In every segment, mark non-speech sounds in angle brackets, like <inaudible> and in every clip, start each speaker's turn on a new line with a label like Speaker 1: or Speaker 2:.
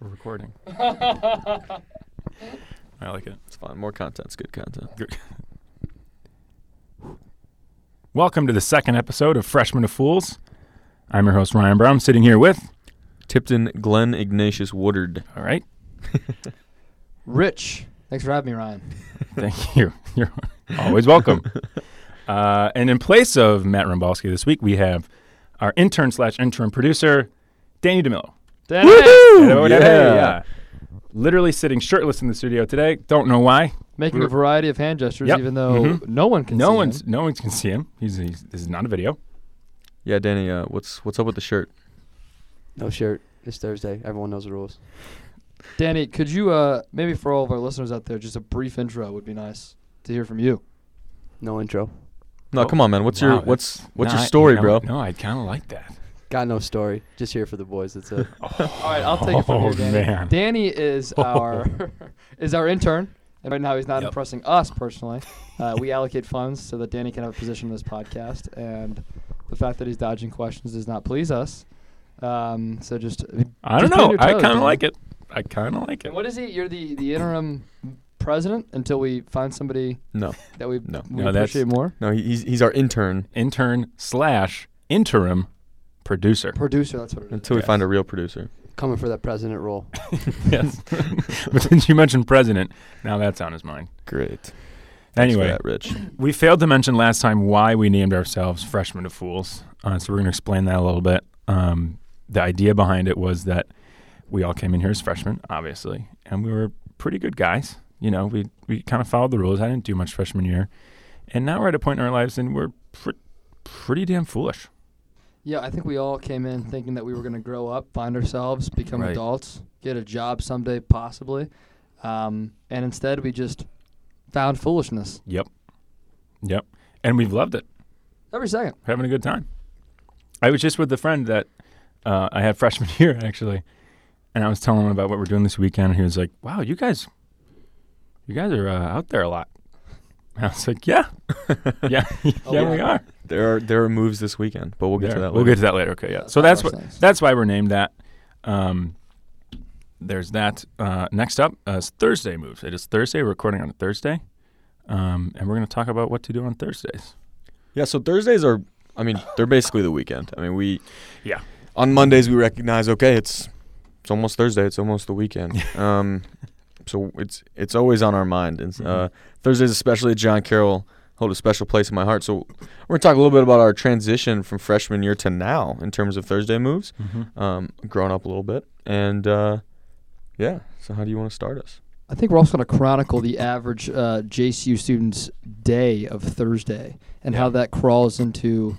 Speaker 1: We're
Speaker 2: <laughs>
Speaker 1: recording. I like it.
Speaker 3: It's fun. More content's good content.
Speaker 1: Welcome to the second episode of Freshman of Fools. I'm your host Ryan Brown. sitting here with.
Speaker 3: Tipton Glenn Ignatius Woodard.
Speaker 1: All right.
Speaker 2: Rich. Thanks for having me, <laughs> Ryan.
Speaker 1: <laughs> Thank you. <laughs> You're always
Speaker 2: <laughs>
Speaker 1: welcome. Uh, and in place of Matt Rumbalski this week, we have our intern slash interim producer, Danny DeMillo. Hello,
Speaker 3: Yeah.
Speaker 1: Danny. Yeah. Literally sitting shirtless in the studio today. Don't know why.
Speaker 2: Making a variety of hand gestures,
Speaker 1: Yep.
Speaker 2: even though
Speaker 1: Mhm.
Speaker 2: no one can
Speaker 1: No
Speaker 2: see
Speaker 1: one's
Speaker 2: him.
Speaker 1: no one can see him. He's, he's this is not a video.
Speaker 3: <laughs> Yeah, Danny, uh, what's what's up with the shirt?
Speaker 4: No shirt. It's Thursday. Everyone knows the rules.
Speaker 2: Danny, could you, uh, maybe for all of our listeners out there, just a brief intro would be nice to hear from you.
Speaker 4: No intro.
Speaker 3: No,
Speaker 1: Oh,
Speaker 3: come on, man. What's
Speaker 1: Wow,
Speaker 3: your
Speaker 1: that's
Speaker 3: what's what's
Speaker 1: not-
Speaker 3: your story,
Speaker 1: no,
Speaker 3: bro?
Speaker 1: No, I kind of like that.
Speaker 4: Got no story. Just here for the boys. That's <laughs> it.
Speaker 2: All right, I'll take it from
Speaker 1: Oh,
Speaker 2: here, Danny.
Speaker 1: man. Oh.
Speaker 2: Danny is our <laughs> is our intern, and right now he's not
Speaker 1: Yep.
Speaker 2: impressing us personally. Uh, we allocate funds so that Danny can have a position in this podcast, and the fact that he's dodging questions does not please us. Um, so just
Speaker 1: I don't
Speaker 2: just put in
Speaker 1: know.
Speaker 2: your
Speaker 1: I
Speaker 2: toes,
Speaker 1: kind of
Speaker 2: Danny.
Speaker 1: like <laughs> it. I kind of like it.
Speaker 2: And what is he? You're the, the interim president until we find somebody
Speaker 3: No,
Speaker 2: that we,
Speaker 3: No.
Speaker 2: we
Speaker 1: No, that's-
Speaker 2: appreciate more.
Speaker 3: no, he- he's he's our intern
Speaker 1: Intern slash interim producer.
Speaker 2: Producer, that's what it is.
Speaker 3: until we
Speaker 1: Yes.
Speaker 3: find a real producer.
Speaker 4: Coming for that president role.
Speaker 1: yes. <laughs> but since you mentioned president, now that's on his mind.
Speaker 3: Great. Thanks for
Speaker 1: Anyway,
Speaker 3: that, Rich.
Speaker 1: we failed to mention last time why we named ourselves Freshmen of Fools. Uh, so we're going to explain that a little bit. Um, the idea behind it was that we all came in here as freshmen, obviously, and we were pretty good guys. You know, we, we kind of followed the rules. I didn't do much freshman year. And now we're at a point in our lives and we're pr- pretty damn foolish.
Speaker 2: Yeah, I think we all came in thinking that we were going to grow up, find ourselves, become
Speaker 1: Right.
Speaker 2: adults, get a job someday, possibly. Um, and instead, we just found foolishness
Speaker 1: Yep. Yep. And we've loved it.
Speaker 2: every second.
Speaker 1: We're having a good time. I was just with a friend that uh, I had <laughs> freshman year actually, and I was telling him about what we're doing this weekend, and he was like, "Wow, you guys, you guys are uh, out there a lot." And I was like,
Speaker 3: <laughs>
Speaker 1: "Yeah, <laughs> yeah, yeah,
Speaker 2: yeah.
Speaker 1: we are."
Speaker 3: There are there are moves this weekend, but Oh, we'll get to
Speaker 1: There.
Speaker 3: that.
Speaker 1: We'll
Speaker 3: later.
Speaker 1: get to that later. Okay, yeah. So that's what
Speaker 2: Foolishness.
Speaker 1: that's why we're named that. Um, there's that. Uh, next up uh, is Thursday moves. It is Thursday. We're recording on a Thursday, um, and we're going to talk about what to do on Thursdays.
Speaker 3: Yeah, so Thursdays are I mean, they're basically the weekend. I mean, we
Speaker 1: Yeah.
Speaker 3: On Mondays we recognize okay, it's it's almost Thursday, it's almost the weekend. um so it's it's always on our mind and uh
Speaker 1: Mhm.
Speaker 3: Thursdays especially John Carroll hold a special place in my heart. So we're going to talk a little bit about our transition from freshman year to now in terms of Thursday moves. Um grown up a little bit and uh yeah, so how do you want to start us?
Speaker 2: I think we're also going to chronicle the average uh, JCU student's day of Thursday and how that crawls into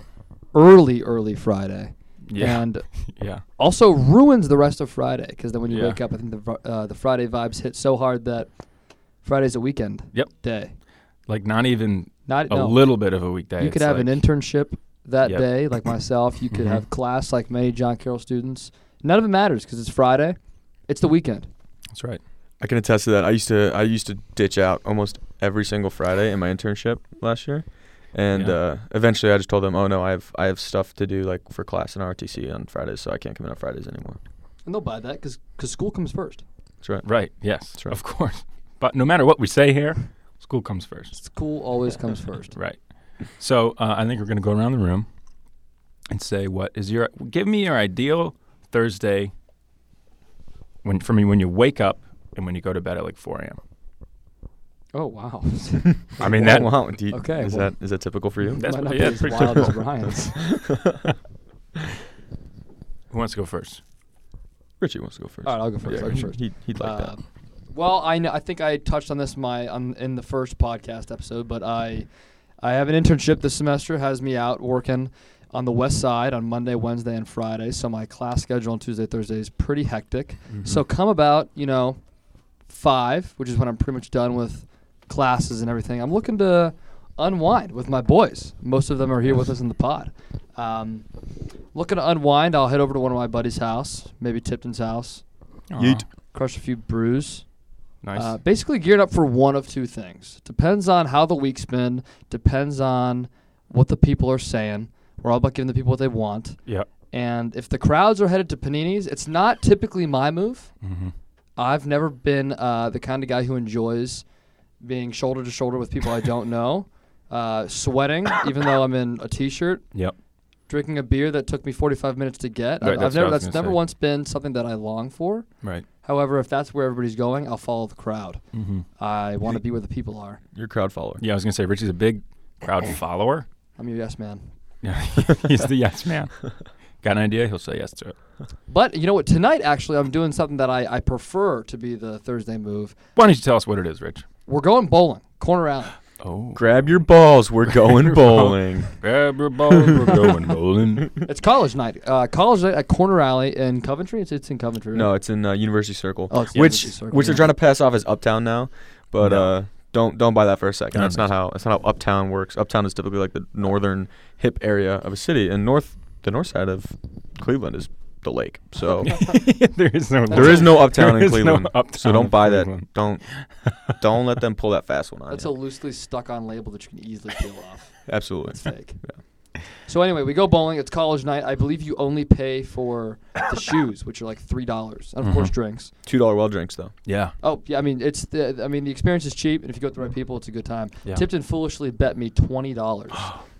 Speaker 2: early, early Friday.
Speaker 1: Yeah,
Speaker 2: And
Speaker 1: <laughs> yeah.
Speaker 2: also ruins the rest of Friday because then when you
Speaker 1: Yeah.
Speaker 2: wake up, I think the vi- uh, the Friday vibes hit so hard that Friday's a weekend.
Speaker 1: Yep.
Speaker 2: Day.
Speaker 1: Like not even
Speaker 2: Not
Speaker 1: a
Speaker 2: no.
Speaker 1: little bit of a weekday.
Speaker 2: You could have an internship that
Speaker 1: Yep.
Speaker 2: day, like myself. You could
Speaker 1: Mhm.
Speaker 2: have class, like many John Carroll students. None of it matters because it's Friday. It's the weekend.
Speaker 1: That's right.
Speaker 3: I can attest to that. I used to I used to ditch out almost every single Friday in my internship last year, and
Speaker 1: Yeah.
Speaker 3: uh, eventually I just told them, "Oh no, I have I have stuff to do like for class and RTC on Fridays, so I can't come in on Fridays anymore."
Speaker 2: And they'll buy that because school comes first.
Speaker 3: That's right.
Speaker 1: Right. Yes.
Speaker 3: That's right.
Speaker 1: Of course. But no matter what we say here, school comes first.
Speaker 2: School always comes first.
Speaker 1: <laughs> Right. So uh, I think we're going to go around the room and say, "What is your? Give me your ideal Thursday. When for me, when you wake up and when you go to bed at like 4 a.m.
Speaker 2: Oh, wow.
Speaker 1: <laughs> I mean that.
Speaker 3: wow. do you-
Speaker 2: Okay,
Speaker 3: Is
Speaker 2: well-
Speaker 3: that is that typical
Speaker 2: <laughs>
Speaker 3: for you?
Speaker 1: That's what-
Speaker 2: Might not
Speaker 1: yeah,
Speaker 2: be as
Speaker 1: pretty
Speaker 2: wild as
Speaker 1: typical. <laughs>
Speaker 2: Ryan's.
Speaker 1: Who wants to go first?
Speaker 3: <laughs> Richie wants to go first.
Speaker 2: All right, I'll go first.
Speaker 3: Yeah,
Speaker 2: I'll go
Speaker 3: he-
Speaker 2: first.
Speaker 3: He, would like
Speaker 2: Uh,
Speaker 3: that.
Speaker 2: Well, I know, I think I touched on this my on, in the first podcast episode, but I I have an internship this semester has me out working on the west side on Monday, Wednesday, and Friday. So my class schedule on Tuesday, Thursday is pretty hectic. So come about you know five, which is when I'm pretty much done with classes and everything. I'm looking to unwind with my boys. Most of them are here with us in the pod. Um, looking to unwind, I'll head over to one of my buddies' house, maybe Tipton's house,
Speaker 3: Yeet.
Speaker 1: Aw,
Speaker 2: crush a few brews.
Speaker 1: Nice.
Speaker 2: Uh, basically geared up for one of two things. Depends on how the week's been. Depends on what the people are saying. We're all about giving the people what they want.
Speaker 1: yep.
Speaker 2: And if the crowds are headed to Panini's, it's not typically my move.
Speaker 1: Mm-hmm.
Speaker 2: I've never been uh, the kind of guy who enjoys being shoulder to shoulder with people
Speaker 1: <laughs>
Speaker 2: I don't know, uh, sweating, even though I'm in a t-shirt,
Speaker 1: Yep.
Speaker 2: drinking a beer that took me 45 minutes to get. I-
Speaker 1: Right,
Speaker 2: I've,
Speaker 1: that's what I
Speaker 2: never
Speaker 1: was
Speaker 2: that's
Speaker 1: gonna
Speaker 2: never
Speaker 1: say.
Speaker 2: once been something that I long for.
Speaker 1: Right.
Speaker 2: However, if that's where everybody's going, I'll follow the crowd.
Speaker 1: Mm-hmm.
Speaker 2: I want to be where the people are.
Speaker 3: You're a crowd follower.
Speaker 1: Yeah, I was gonna say Richie's a big crowd <laughs> follower.
Speaker 2: I'm a yes man.
Speaker 1: Yeah, he's the yes man. Got an idea? He'll say yes to it.
Speaker 2: But you know what? Tonight, actually, I'm doing something that I, I prefer to be the Thursday move.
Speaker 1: Why don't you tell us what it is, Rich?
Speaker 2: We're going bowling, corner alley. <laughs>
Speaker 1: Oh,
Speaker 3: Grab your balls. <laughs> We're going bowling.
Speaker 1: grab your ball.
Speaker 3: <laughs>
Speaker 1: We're going bowling.
Speaker 2: It's college night. Uh, college night at Corner Alley in Coventry. It's, it's in Coventry. right?
Speaker 3: no, it's in uh, University Circle,
Speaker 2: Oh, it's the
Speaker 3: which
Speaker 2: University Circle,
Speaker 3: which they're
Speaker 2: yeah.
Speaker 3: trying to pass off as Uptown now, but
Speaker 1: No.
Speaker 3: uh, don't don't buy that for a second.
Speaker 1: No,
Speaker 3: That's
Speaker 1: no.
Speaker 3: not how that's not how Uptown works. Uptown is typically like the northern hip area of a city, and north the north side of Cleveland is the lake. <laughs>
Speaker 2: <laughs>
Speaker 3: So
Speaker 1: <laughs> there is no.
Speaker 3: there is no Uptown
Speaker 1: There
Speaker 3: in
Speaker 1: is no
Speaker 3: Cleveland. so
Speaker 1: Uptown in
Speaker 3: don't buy
Speaker 1: Cleveland. <laughs>
Speaker 3: that. Don't don't let them pull that fast one on
Speaker 2: That's a
Speaker 3: you.
Speaker 2: loosely stuck on label that you can easily peel off.
Speaker 3: Absolutely.
Speaker 2: It's fake. So anyway, we go bowling. It's college night. I believe you only pay for the <coughs> shoes, which are like three dollars, and of course
Speaker 1: Mhm.
Speaker 2: drinks.
Speaker 3: Two dollar well drinks though.
Speaker 1: <laughs> Yeah.
Speaker 2: Oh yeah, I mean it's the I mean the experience is cheap, and if you go with the right people, it's a good time.
Speaker 1: Yeah.
Speaker 2: Tipton foolishly bet me twenty dollars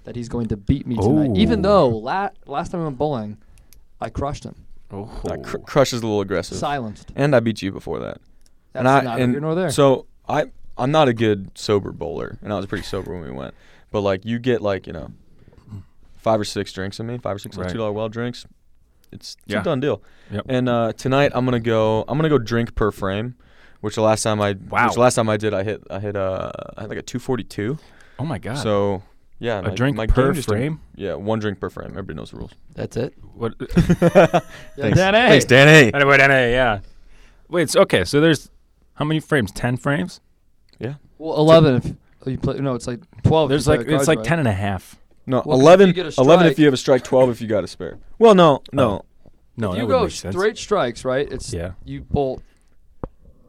Speaker 2: that he's going to beat me tonight, even
Speaker 1: Ooh.
Speaker 2: though la- last time I went bowling, I crushed him,
Speaker 1: Oh.
Speaker 3: That cr- crush is a little aggressive.
Speaker 2: silenced.
Speaker 3: and I beat you before that.
Speaker 2: That's neither here nor there.
Speaker 3: So I I'm not a good sober bowler, and I was pretty sober when we went. But like you get like you know five or six drinks in me, five or six like,
Speaker 1: Right.
Speaker 3: two dollar well drinks. It's, it's
Speaker 1: Yeah.
Speaker 3: a done deal.
Speaker 1: Yep.
Speaker 3: And uh, tonight I'm gonna go I'm gonna go drink per frame, which the last time I
Speaker 1: Wow.
Speaker 3: which the last time I did I hit I hit uh I had like a 242.
Speaker 1: oh my God.
Speaker 3: So yeah,
Speaker 1: a
Speaker 3: my-
Speaker 1: drink
Speaker 3: my
Speaker 1: per
Speaker 3: game just-
Speaker 1: frame.
Speaker 3: Yeah, one drink per frame. Everybody knows the rules.
Speaker 4: That's it.
Speaker 1: What? <laughs>
Speaker 2: Yeah,
Speaker 3: Thanks.
Speaker 2: Danny.
Speaker 3: Thanks, Danny.
Speaker 1: Anyway, anyway, yeah. Wait. It's, okay. So there's how many frames? Ten frames.
Speaker 2: Well, eleven. If oh, you play, no, it's like
Speaker 3: Oh,
Speaker 2: twelve. if
Speaker 1: There's
Speaker 2: you play
Speaker 1: like
Speaker 2: cards
Speaker 1: it's like
Speaker 2: right.
Speaker 1: ten and a half.
Speaker 3: No,
Speaker 2: Well, 'cause if you
Speaker 3: eleven.
Speaker 2: get a
Speaker 3: eleven if
Speaker 2: strike-
Speaker 3: you have a strike. Twelve if you got a spare. Well, no, no.
Speaker 1: No,
Speaker 2: If
Speaker 1: that
Speaker 2: you
Speaker 1: would
Speaker 2: go
Speaker 1: make sense.
Speaker 2: straight strikes, right? It's
Speaker 1: Yeah.
Speaker 2: You bolt.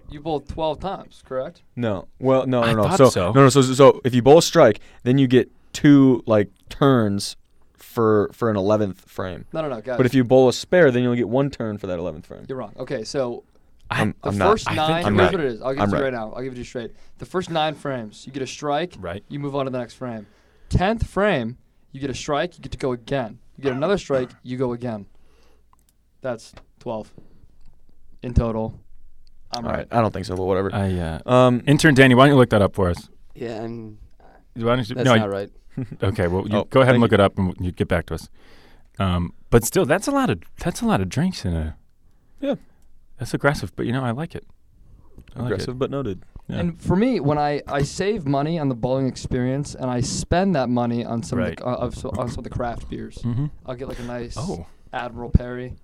Speaker 2: You bolt twelve times, correct?
Speaker 3: No. Well, no,
Speaker 1: I
Speaker 3: no, no.
Speaker 1: thought
Speaker 3: So,
Speaker 1: so.
Speaker 3: no, no. So, so if you both strike, then you get two like turns for for an eleventh frame.
Speaker 2: No, no, no, guys.
Speaker 3: But if you bowl a spare, then you'll get one turn for that eleventh frame.
Speaker 2: you're wrong. Okay, so
Speaker 3: I'm,
Speaker 2: the
Speaker 3: I'm
Speaker 2: first
Speaker 3: not.
Speaker 2: nine.
Speaker 3: I'm
Speaker 2: here's
Speaker 3: right.
Speaker 2: what it is. I'll give
Speaker 3: I'm
Speaker 2: it to you
Speaker 3: right.
Speaker 2: right now. I'll give it to you straight. The first nine frames, you get a strike.
Speaker 1: Right.
Speaker 2: You move on to the next frame. Tenth frame, you get a strike. You get to go again. You get another strike. You go again. That's twelve. In total. I'm
Speaker 3: All
Speaker 2: right.
Speaker 3: right. I don't think so, but whatever.
Speaker 1: I uh,
Speaker 3: um.
Speaker 1: intern Danny, why don't you look that up for us?
Speaker 4: Yeah, and
Speaker 1: Why don't you,
Speaker 4: that's
Speaker 1: no,
Speaker 4: not right.
Speaker 1: Okay, well, you
Speaker 3: Oh,
Speaker 1: go ahead and
Speaker 3: thank
Speaker 1: look it up, and you get back to us. Um, but still, that's a lot of that's a lot of drinks in a.
Speaker 3: Yeah.
Speaker 1: that's aggressive, but you know I like it. I like it.
Speaker 3: aggressive but noted.
Speaker 1: Yeah.
Speaker 2: And for me, when I, I save money on the bowling experience and I spend that money on some of
Speaker 1: Right.
Speaker 2: the, uh, of, so, on some of the craft beers,
Speaker 1: Mhm.
Speaker 2: I'll get like a nice
Speaker 1: Oh,
Speaker 2: Admiral Perry,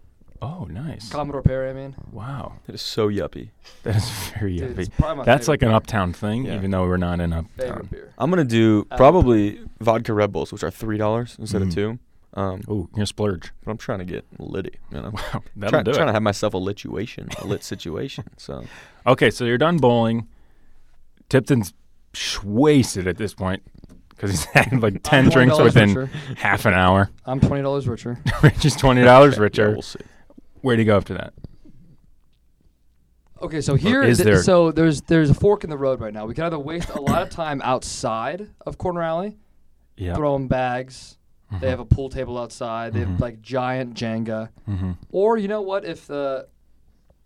Speaker 1: oh, nice.
Speaker 2: Commodore Perry. I mean,
Speaker 1: Wow, <laughs>
Speaker 3: It is so yuppie.
Speaker 1: that is very
Speaker 2: Dude, it's
Speaker 1: heavy.
Speaker 2: probably my
Speaker 1: That's
Speaker 2: favorite
Speaker 1: like an
Speaker 2: beer.
Speaker 1: uptown thing,
Speaker 3: Yeah.
Speaker 1: even though we're not in
Speaker 2: favorite
Speaker 1: uptown.
Speaker 2: beer.
Speaker 3: I'm gonna do
Speaker 2: Uh,
Speaker 3: probably vodka Red Bulls, which are three dollars instead
Speaker 1: Mhm.
Speaker 3: of two. Um,
Speaker 1: Oh, you're gonna splurge. <laughs>
Speaker 3: but I'm trying to get litty, you know.
Speaker 1: Wow, that'll
Speaker 3: Trying,
Speaker 1: do
Speaker 3: trying to
Speaker 1: it.
Speaker 3: have myself a lituation, a lit situation.
Speaker 1: <laughs>
Speaker 3: So
Speaker 1: Okay, so you're done bowling. Tipton's sh- wasted at this point because he's <laughs> had like ten
Speaker 2: I'm
Speaker 1: drinks
Speaker 2: $20
Speaker 1: within
Speaker 2: richer.
Speaker 1: half an hour. <laughs>
Speaker 2: I'm twenty dollars richer.
Speaker 1: Rich is twenty dollars
Speaker 3: Yeah,
Speaker 1: richer.
Speaker 3: <laughs> we'll see.
Speaker 1: Where'd he go after that?
Speaker 2: Okay, so here
Speaker 1: is
Speaker 2: th-
Speaker 1: there-
Speaker 2: So there's there's a fork in the road right now. We can either waste a lot of time outside of Corner Alley,
Speaker 1: Yeah. Mm-hmm.
Speaker 2: throwing bags. They have a pool table outside. They have like giant Jenga.
Speaker 3: Mm-hmm.
Speaker 1: hmm
Speaker 2: Or you know what? If the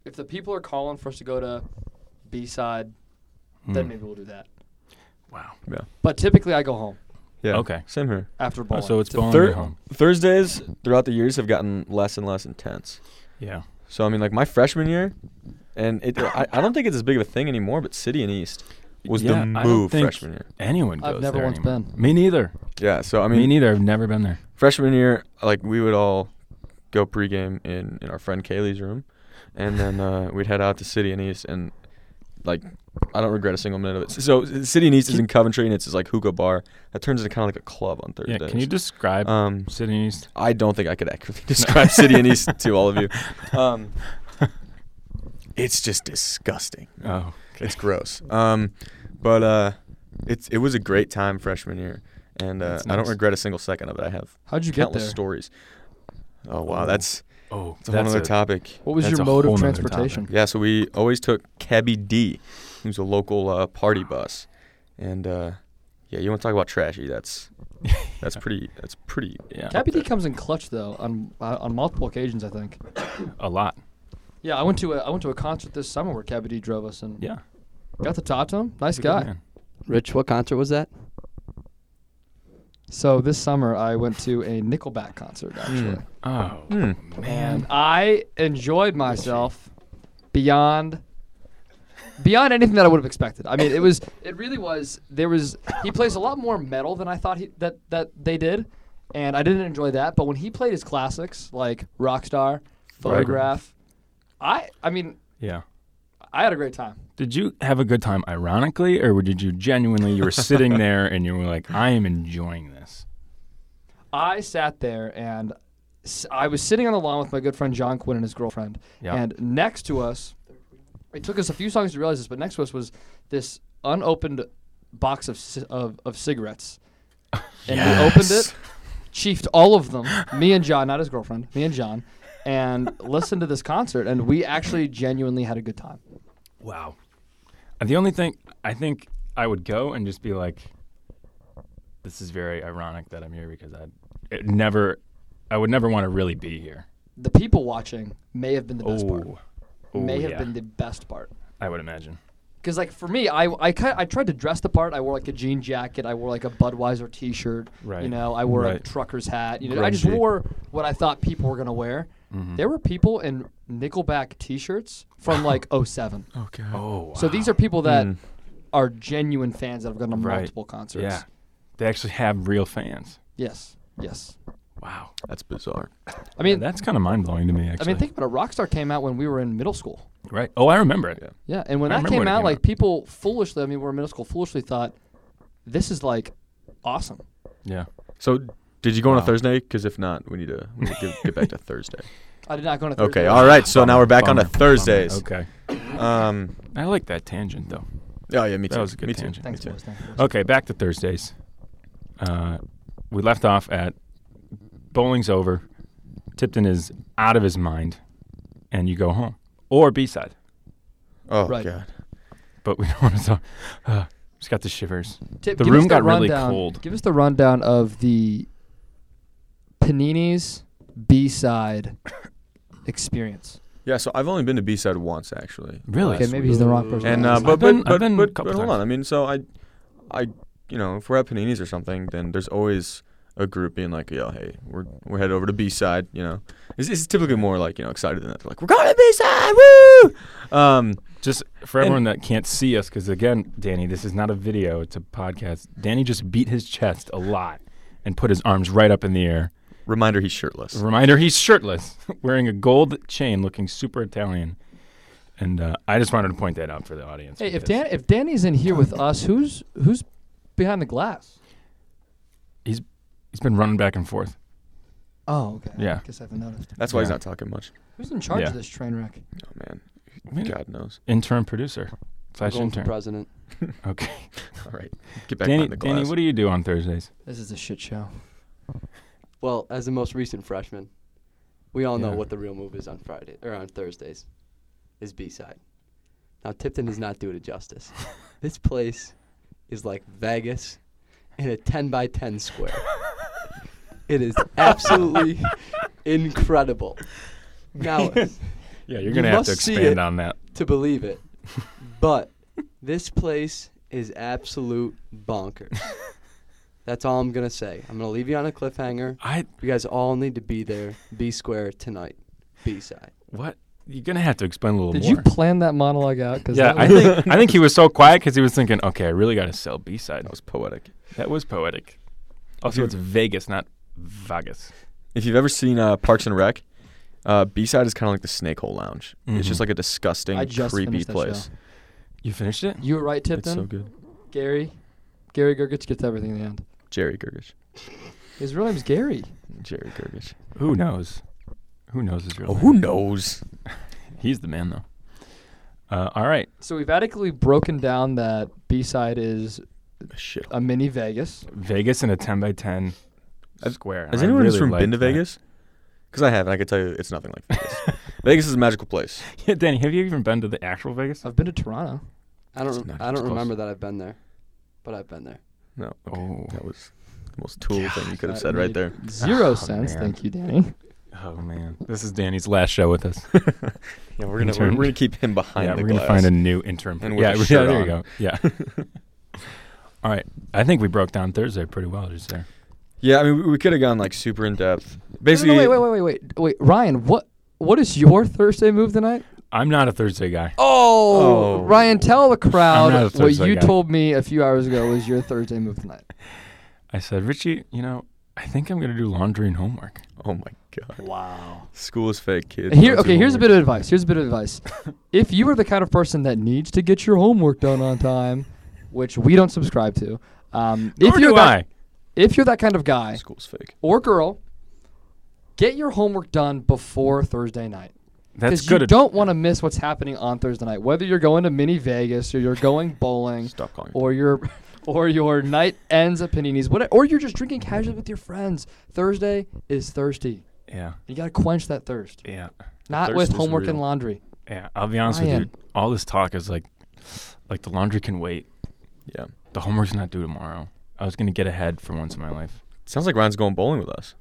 Speaker 2: if the people are calling for us to go to B side,
Speaker 1: Hmm.
Speaker 2: then maybe we'll do that.
Speaker 1: Wow.
Speaker 2: But typically, I go home
Speaker 3: Yeah.
Speaker 1: Okay.
Speaker 3: Same here.
Speaker 2: after
Speaker 1: Oh,
Speaker 2: bowling.
Speaker 1: so it's
Speaker 2: Typ-
Speaker 1: bowling
Speaker 3: Thir-
Speaker 1: at home.
Speaker 3: Thursdays throughout the years have gotten less and less intense.
Speaker 1: Yeah.
Speaker 3: So I mean, like my freshman year, and it, I, I don't think it's as big of a thing anymore. But City and East was
Speaker 1: Yeah,
Speaker 3: the
Speaker 1: I don't
Speaker 3: move
Speaker 1: think-
Speaker 3: freshman year.
Speaker 1: Anyone goes
Speaker 2: I've never
Speaker 1: there
Speaker 2: once
Speaker 1: anymore.
Speaker 2: been.
Speaker 1: Me neither.
Speaker 3: Yeah. So I
Speaker 1: Me
Speaker 3: mean,
Speaker 1: neither. I've never been there.
Speaker 3: freshman year, like we would all go pregame in in our friend Kaylee's room, and then uh, we'd head out to City and East, and like I don't regret a single minute of it. So City and East is in Coventry, and it's this, like hookah bar that turns into kind of like a club on Thursdays.
Speaker 1: Yeah. Can you describe
Speaker 3: um,
Speaker 1: Sydney East?
Speaker 3: I don't think I could accurately <laughs>
Speaker 1: <laughs>
Speaker 3: describe City and East to all of you. Um, it's just disgusting.
Speaker 1: Oh.
Speaker 3: It's gross. Um, but uh, it's it was a great time freshman year, and uh,
Speaker 1: That's
Speaker 3: I don't
Speaker 1: nice.
Speaker 3: regret a single second of it. I have
Speaker 2: How'd you get
Speaker 3: countless
Speaker 2: there?
Speaker 3: stories. Oh wow, that's
Speaker 1: Oh,
Speaker 3: that's a whole other topic.
Speaker 2: What was
Speaker 1: That's
Speaker 2: your
Speaker 1: a
Speaker 2: mode of
Speaker 1: whole nother
Speaker 2: transportation?
Speaker 3: Yeah, so we always took Cabby D, who's a local uh, party bus, and uh, yeah, you want to talk about trashy? That's that's pretty. That's pretty.
Speaker 1: Yeah,
Speaker 2: Cappy D comes in clutch though on uh, on multiple occasions. I think.
Speaker 1: a lot.
Speaker 2: Yeah, I went to a I went to a concert this summer where Cappy D drove us and
Speaker 1: Yeah,
Speaker 2: got to talk to him. Nice
Speaker 1: he's a good
Speaker 2: guy.
Speaker 1: man.
Speaker 4: Rich, what concert was that?
Speaker 2: So this summer I went to a Nickelback concert actually.
Speaker 1: Oh
Speaker 3: Hmm.
Speaker 2: and I enjoyed myself beyond beyond anything that I would have expected. I mean, it was it really was. There was he plays a lot more metal than I thought he, that that they did, and I didn't enjoy that. But when he played his classics like Rockstar, Photograph, I I mean
Speaker 1: yeah.
Speaker 2: I had a great time.
Speaker 1: Did you have a good time, ironically, or did you genuinely? You were
Speaker 3: <laughs>
Speaker 1: sitting there and you were like, "I am enjoying this."
Speaker 2: I sat there and s- I was sitting on the lawn with my good friend John Quinn and his girlfriend.
Speaker 1: Yeah.
Speaker 2: And next to us, it took us a few songs to realize this, but next to us was this unopened box of ci- of, of cigarettes. And we opened it, chiefed all of them, me and John, not his girlfriend, me and John, and listened to this concert. And we actually genuinely had a good time.
Speaker 1: Wow. The only thing I think I would go and just be like, "This is very ironic that I'm here because I it never, I would never want to really be here."
Speaker 2: The people watching may have been the best part.
Speaker 1: Oh, oh,
Speaker 2: may have
Speaker 1: yeah.
Speaker 2: been the best part.
Speaker 1: I would imagine.
Speaker 2: Because like for me, I I, ki- I tried to dress the part. I wore like a jean jacket. I wore like a Budweiser T-shirt. You
Speaker 1: Right.
Speaker 2: know, I wore a
Speaker 1: Right.
Speaker 2: trucker's hat. You know, I just
Speaker 3: Grungy.
Speaker 2: wore what I thought people were gonna wear.
Speaker 1: Mm-hmm.
Speaker 2: There were people in Nickelback T-shirts from like 07.
Speaker 3: Okay.
Speaker 1: Oh, wow. Hmm.
Speaker 2: So these are people that
Speaker 3: Mm.
Speaker 2: are genuine fans that have gone to
Speaker 1: Right.
Speaker 2: multiple concerts.
Speaker 1: yeah, they actually have real fans.
Speaker 2: Yes. Yes.
Speaker 1: Wow,
Speaker 3: That's bizarre.
Speaker 2: I mean,
Speaker 1: that's kind of mind blowing to me.
Speaker 2: I
Speaker 1: Actually,
Speaker 2: mean, think about it. Rockstar came out when we were in middle school.
Speaker 1: right. Oh, I remember it.
Speaker 3: Yeah.
Speaker 2: Yeah, and when
Speaker 1: I
Speaker 2: that
Speaker 1: remember
Speaker 2: came
Speaker 1: when it
Speaker 2: out,
Speaker 1: came
Speaker 2: like
Speaker 1: out.
Speaker 2: people foolishly, I mean, we were in middle school, foolishly thought, this is like awesome.
Speaker 1: Yeah.
Speaker 3: So did you go on a
Speaker 1: Wow.
Speaker 3: Thursday? Because if not, we need to, we need to get, get back to Thursday.
Speaker 2: I did not go on a Thursday.
Speaker 3: Okay. All right. So now we're back on
Speaker 1: Bummer,
Speaker 3: to
Speaker 1: bummer.
Speaker 3: Thursdays.
Speaker 1: Okay.
Speaker 3: Um.
Speaker 1: I like that tangent though.
Speaker 3: Oh yeah, me too.
Speaker 1: That was a good
Speaker 3: me
Speaker 1: tangent.
Speaker 3: Too.
Speaker 2: Thanks,
Speaker 3: me
Speaker 2: boys.
Speaker 3: too.
Speaker 2: Thanks, boys.
Speaker 1: Okay, back to Thursdays. Uh, we left off at bowling's over, Tipton is out of his mind, and you go home or B side.
Speaker 3: Oh
Speaker 2: Right.
Speaker 3: god.
Speaker 1: But we <laughs> don't want to talk. Uh, just got the shivers.
Speaker 2: Tip,
Speaker 1: The
Speaker 2: give
Speaker 1: room
Speaker 2: us
Speaker 1: got really
Speaker 2: rundown-
Speaker 1: cold.
Speaker 2: Give us the rundown of the Panini's B side experience.
Speaker 3: Yeah. So I've only been to B side once actually.
Speaker 1: <coughs> Really?
Speaker 2: Okay, maybe he's the wrong person.
Speaker 3: And
Speaker 4: Yeah,
Speaker 3: uh,
Speaker 4: I've
Speaker 3: but,
Speaker 1: been-
Speaker 3: but,
Speaker 1: I've
Speaker 3: but,
Speaker 1: been a
Speaker 3: but,
Speaker 1: couple
Speaker 3: but hold
Speaker 1: times.
Speaker 3: on. I mean, so I, I, you know, if we're at Panini's or something, then there's always a group being like, "Yo, hey, we're we're headed over to B side." You know, it's, it's typically more like you know excited than that. They're like, "We're going to B side, woo!" Um,
Speaker 1: Just for everyone that can't see us, because again, Danny, this is not a video; it's a podcast. Danny just beat his chest a lot and put his arms right up in the air.
Speaker 3: reminder, he's shirtless.
Speaker 1: Reminder: he's shirtless, <laughs> wearing a gold chain, looking super Italian. And uh, I just wanted to point that out for the audience.
Speaker 2: Hey, if
Speaker 1: because
Speaker 2: Dan, if Danny's in here with us, who's who's behind the glass?
Speaker 1: he's been running back and forth.
Speaker 2: Oh, okay.
Speaker 1: Yeah.
Speaker 2: I guess I haven't noticed.
Speaker 3: That's why he's
Speaker 1: Yeah.
Speaker 3: not talking much.
Speaker 2: Who's in charge
Speaker 1: Yeah.
Speaker 2: of this train wreck?
Speaker 3: Oh man,
Speaker 1: Wait.
Speaker 3: God knows.
Speaker 1: Interim producer, slash
Speaker 4: Going for
Speaker 1: intern.
Speaker 4: president.
Speaker 1: Okay,
Speaker 3: All right, get <laughs> back
Speaker 1: Danny.
Speaker 3: behind the glass.
Speaker 1: Danny, what do you do on Thursdays?
Speaker 2: This is a shit show.
Speaker 4: Well, as the most recent freshman, we all know
Speaker 1: Yeah.
Speaker 4: what the real move is on Friday or on Thursdays, is B side. Now Tipton does not do it justice. this place is like Vegas in a ten by ten square. it is absolutely incredible. Now
Speaker 1: Yeah,
Speaker 4: You
Speaker 1: you're gonna have to
Speaker 4: must see
Speaker 1: expand
Speaker 4: it.
Speaker 1: on that.
Speaker 4: to believe it. But this place is absolute bonkers. That's all I'm going to say. I'm going to leave you on a cliffhanger.
Speaker 1: I
Speaker 4: You guys all need to be there, B square tonight, B side.
Speaker 1: what? You're gonna have to explain a little
Speaker 2: Did
Speaker 1: more.
Speaker 2: you plan that monologue out? Cause
Speaker 1: yeah,
Speaker 2: that
Speaker 1: I
Speaker 2: was- <laughs>
Speaker 1: think I think he was so quiet because he was thinking, okay, I really got to sell B side.
Speaker 3: That was poetic.
Speaker 1: That was poetic. Also, it's Vegas, not Vegas.
Speaker 3: If you've ever seen uh, Parks and Rec, uh, B side is kind of like the Snake Hole Lounge. It's
Speaker 1: Mhm.
Speaker 3: just like a disgusting,
Speaker 2: I just
Speaker 3: creepy
Speaker 2: finished that
Speaker 3: place.
Speaker 2: show.
Speaker 1: You finished it?
Speaker 2: you were right,
Speaker 3: It's
Speaker 2: Tipton.
Speaker 3: so good.
Speaker 2: Gary, Gary Gergich gets everything in the end.
Speaker 3: Jerry Gergish.
Speaker 2: His real name's Gary.
Speaker 3: Jerry Gergish.
Speaker 1: Who knows? Who knows his real
Speaker 3: Oh,
Speaker 1: name?
Speaker 3: who knows?
Speaker 1: <laughs> He's the man, though. Uh, all right.
Speaker 2: So we've adequately broken down that B side is
Speaker 3: Shit.
Speaker 2: a mini Vegas.
Speaker 1: Vegas in a 10 by 10
Speaker 3: Has-
Speaker 1: square.
Speaker 3: Has
Speaker 1: I
Speaker 3: anyone in this
Speaker 1: really
Speaker 3: room
Speaker 1: liked
Speaker 3: been to
Speaker 1: that.
Speaker 3: Vegas? because I haven't. I can tell you, it's nothing like Vegas.
Speaker 1: <laughs>
Speaker 3: Vegas is a magical place.
Speaker 1: Yeah, Danny, have you even been to the actual Vegas?
Speaker 2: I've been to Toronto.
Speaker 4: I
Speaker 3: It's
Speaker 4: don't.
Speaker 3: not
Speaker 4: I
Speaker 3: even
Speaker 4: don't
Speaker 3: close.
Speaker 4: remember that I've been there, but I've been there.
Speaker 3: No,
Speaker 1: Oh.
Speaker 3: that was the most tool thing you could have
Speaker 2: That
Speaker 3: said right <laughs>
Speaker 2: made
Speaker 3: there.
Speaker 2: Zero
Speaker 1: Oh,
Speaker 2: sense.
Speaker 1: man.
Speaker 2: Thank
Speaker 1: <laughs>
Speaker 2: you, Danny.
Speaker 1: Oh man, this is Danny's last show with us.
Speaker 3: Yeah, we're gonna
Speaker 1: Intern.
Speaker 3: we're gonna keep him behind
Speaker 1: yeah,
Speaker 3: the
Speaker 1: we're
Speaker 3: glass.
Speaker 1: gonna find a new interim.
Speaker 3: And with
Speaker 1: yeah, <laughs>
Speaker 3: a
Speaker 1: yeah,
Speaker 3: shirt
Speaker 1: there you
Speaker 3: on.
Speaker 1: go. Yeah. All right, I think we broke down Thursday pretty well just there.
Speaker 3: yeah, I mean, we, we could have gone like super in depth.
Speaker 2: No,
Speaker 3: Basically,
Speaker 2: no, wait, wait, wait, wait, wait, wait, Ryan. What? What is your Thursday move tonight?
Speaker 1: I'm not a Thursday guy.
Speaker 2: Oh,
Speaker 3: Oh.
Speaker 2: Ryan, tell the
Speaker 1: not a
Speaker 2: crowd what
Speaker 1: Thursday
Speaker 2: you
Speaker 1: guy.
Speaker 2: told me a few hours ago was your Thursday move tonight.
Speaker 1: I said, Richie, you know, I think I'm gonna do laundry and homework.
Speaker 3: Oh my god,
Speaker 4: Wow.
Speaker 3: school is fake, kids.
Speaker 2: Here,
Speaker 3: Don't do
Speaker 2: okay, here's a
Speaker 3: homework.
Speaker 2: bit of advice. Here's a bit of
Speaker 1: <laughs>
Speaker 2: advice. if you are the kind of person that needs to get your homework done on time, which we don't subscribe to, um, if
Speaker 1: Nor
Speaker 2: you're
Speaker 1: do
Speaker 2: that,
Speaker 1: I.
Speaker 2: if you're that kind of guy
Speaker 3: School's fake.
Speaker 2: or girl, get your homework done before Thursday night.
Speaker 1: That's
Speaker 2: Because
Speaker 1: good.
Speaker 2: You
Speaker 1: ad-
Speaker 2: don't want to miss what's happening on Thursday night, whether you're going to mini Vegas or
Speaker 1: <laughs>
Speaker 2: you're going bowling,
Speaker 3: Stop calling.
Speaker 2: or your <laughs> or your night ends at Panini's, what, or you're just drinking casually with your friends. Thursday is thirsty.
Speaker 1: yeah,
Speaker 2: You gotta quench that thirst,
Speaker 1: yeah,
Speaker 2: not
Speaker 3: thirst
Speaker 2: with
Speaker 3: is
Speaker 2: homework and
Speaker 1: <laughs>
Speaker 3: real.
Speaker 2: laundry.
Speaker 1: yeah. I'll be honest with
Speaker 2: Ryan.
Speaker 1: you. All this talk is like, like the laundry can wait.
Speaker 3: yeah,
Speaker 1: The homework's not due tomorrow. I was gonna get ahead for once in my life.
Speaker 3: sounds like Ryan's going bowling
Speaker 1: <laughs>
Speaker 3: with us.